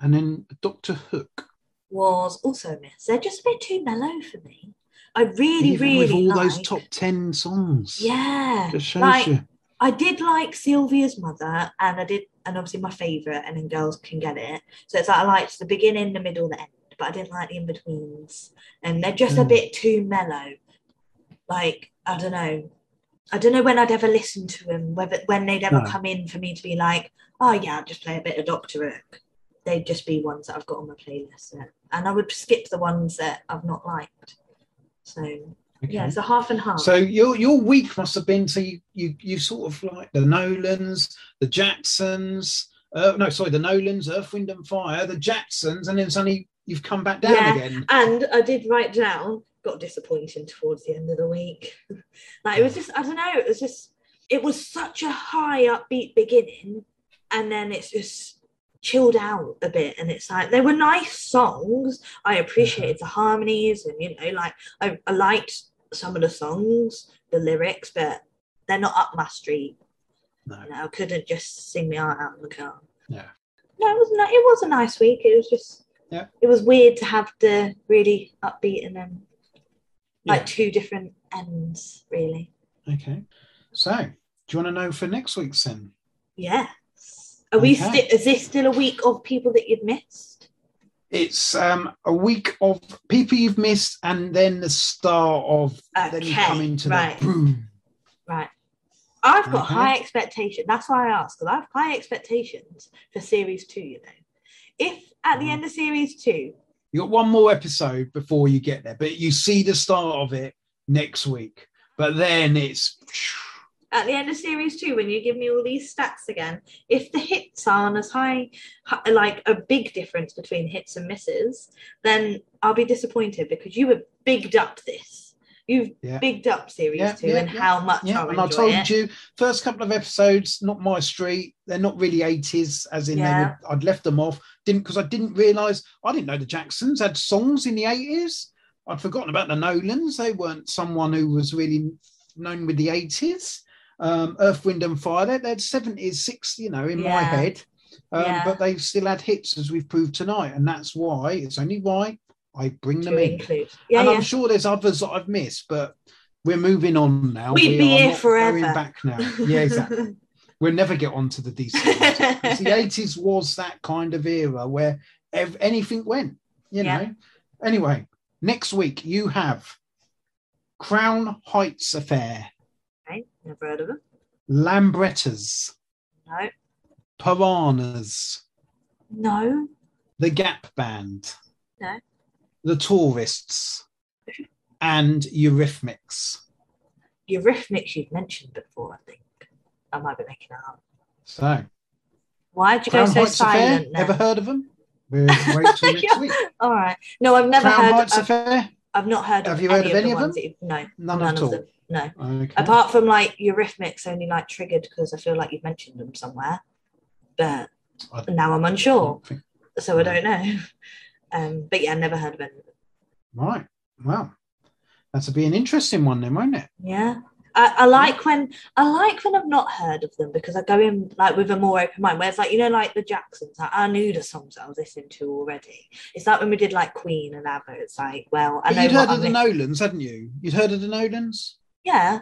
And then Doctor Hook.
Was also a miss. They're just a bit too mellow for me. I really,
Even
really
with all
like,
those top ten songs.
Yeah.
Just shows
like-
you.
I did like Sylvia's mother, and I did, and obviously my favourite, and then girls can get it. So it's like I liked the beginning, the middle, the end, but I didn't like the in betweens, and they're just a
Mm.
bit too mellow. Like I don't know, I don't know when I'd ever listen to them, whether when they'd ever
No.
come in for me to be like, oh yeah, I'll just play a bit of Doctor Hook. They'd just be ones that I've got on my playlist, and- and I would skip the ones that I've not liked. So
Okay.
yeah, it's a half and half.
So your your week must have been so you you, you sort of like the Nolans, the Jacksons, uh, no sorry the Nolans, Earth, Wind and Fire, the Jacksons, and then suddenly you've come back down
Yeah.
again.
And I did write down, got disappointing towards the end of the week. *laughs* like it was just, I don't know, it was just, it was such a high upbeat beginning, and then it's just chilled out a bit. And it's like they were nice songs. I appreciated the harmonies, and you know, like I, I liked some of the songs, the lyrics, but they're not up my street.
No.
You know, I couldn't just sing my heart out in the car.
Yeah.
No, it was not. It was a nice week. It was just.
Yeah.
It was weird to have the really upbeat and then like
Yeah.
two different ends, really.
Okay. So do you want to know for next week's then?
Yes. Are we?
Okay.
Sti- is this still a week of people that you've missed?
It's um, a week of people you've missed, and then the star of then you come
Okay,
into
right.
the boom.
Right. I've got
Okay.
high expectation. That's why I asked. 'cause I have high expectations for series two. You know, if at the
Mm.
end of series two,
You got one more episode before you get there, but you see the start of it next week. But then it's
at the end of series two when you give me all these stats again if the hits aren't as high hi- like a big difference between hits and misses then i'll be disappointed because you have bigged up this you've
Yeah.
bigged up series
Yeah,
two
yeah,
and
yeah.
how much
Yeah,
I'll
and I
enjoy
told
it.
you first couple of episodes, not my street. They're not really eighties, as in they
Yeah.
were, I'd left them off. Didn't because I didn't realise I didn't know the Jacksons had songs in the eighties. I'd forgotten about the Nolans. They weren't someone who was really known with the eighties. Um, Earth, Wind and Fire. They they had seventies, six. You know, in my
Yeah.
head, um,
Yeah.
but they still had hits as we've proved tonight, and that's why it's only why I bring them
to
in
include yeah
and
yeah
I'm sure there's others that I've missed, but we're moving on now.
We'd
We
be
are
here
not
forever.
Going back
*laughs*
now. Yeah, exactly. we'll never get onto the DC. Because the eighties was that kind of era where ev- anything went. You
Yeah.
know. Anyway, next week you have Crown Heights Affair,
okay, never heard of them.
Lambrettas,
No,
Piranhas,
no.
The Gap Band,
No.
The Tourists, and Eurythmics.
Eurythmics you've mentioned before, I think. I might be making that up.
So,
Why'd you
Crown
go so
Heights Affair.
silent?
Ever
then?
heard of them? We'll
*laughs*
wait till next week.
All right. No, I've never
Crown
heard.
Heights
I've,
Affair?
I've not heard.
Have
of
you
any
heard of any
the
of
ones
them?
that you've- No,
None,
none
at
of
all.
them. No.
Okay.
Apart from like Eurythmics, only like triggered because I feel like you've mentioned them somewhere, but
I-
now I'm unsure,
Okay.
so I don't know. *laughs* Um, but yeah, never heard of any of them.
Right. Well, that'll be an interesting one then, won't it?
Yeah. I, I like when I like when I've not heard of them because I go in like with a more open mind. Whereas like you know like the Jacksons, like, I knew the songs I was listening to already. It's like when we did like Queen and ABBA. It's like well I
But
know
you'd
what
heard of the
I'm listening-
Nolans, hadn't you? You'd heard of the Nolans,
yeah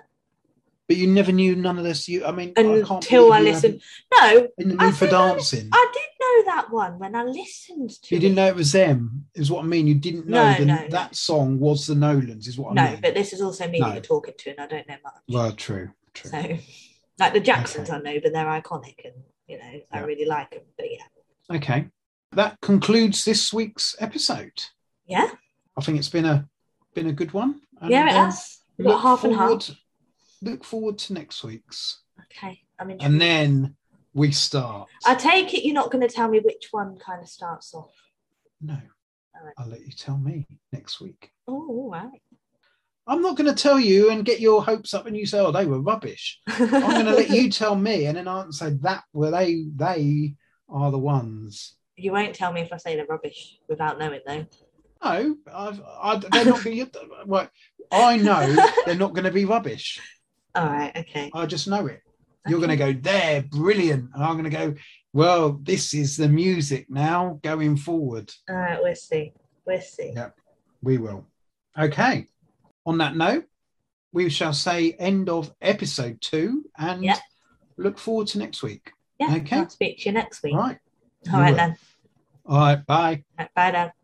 but you never knew none of this. You, Oh, I mean, I can't
until I
believe you
listened.
haven't-
No,
In the
I
mood for
think I-
dancing.
I did know that one when I listened to.
you
it.
didn't know it was them, is what I mean. You didn't know
No,
the-
no, no.
that song was the Nolans, is what I
No,
mean.
but this is also me that
No.
you're talking to, and I don't know much.
Well, true, true.
so, like the Jacksons, I know, but they're iconic, and you know, I
Yeah.
really like them. But yeah,
Okay. That concludes this week's episode.
yeah,
I think it's been a been a good one. and,
yeah, it
um,
has. What half and half?
forward- Look forward to next week's.
Okay, I mean,
and then we start.
I take it you're not going to tell me which one kind of starts off.
no,
Alright.
I'll let you tell me next week.
Oh, all right.
I'm not going to tell you and get your hopes up and you say, "Oh, they were rubbish." I'm going to let you tell me, and then I will say that were they they are the ones.
*laughs* You won't tell me if I say the rubbish without knowing, though.
No, I've, I, they're not going to. *laughs* Well, I know they're not going to be rubbish.
All right. Okay.
I just know it. You're going to go, they're brilliant. And I'm going to go, well, this is the music now going forward.
All right. We'll see. We'll see.
Yeah. We will. Okay. On that note, we shall say end of episode two and
Yeah.
look forward to next week.
Yeah.
Okay.
I'll speak to you next week.
All right.
All
you
right
will.
then.
All right. Bye.
Right, bye then.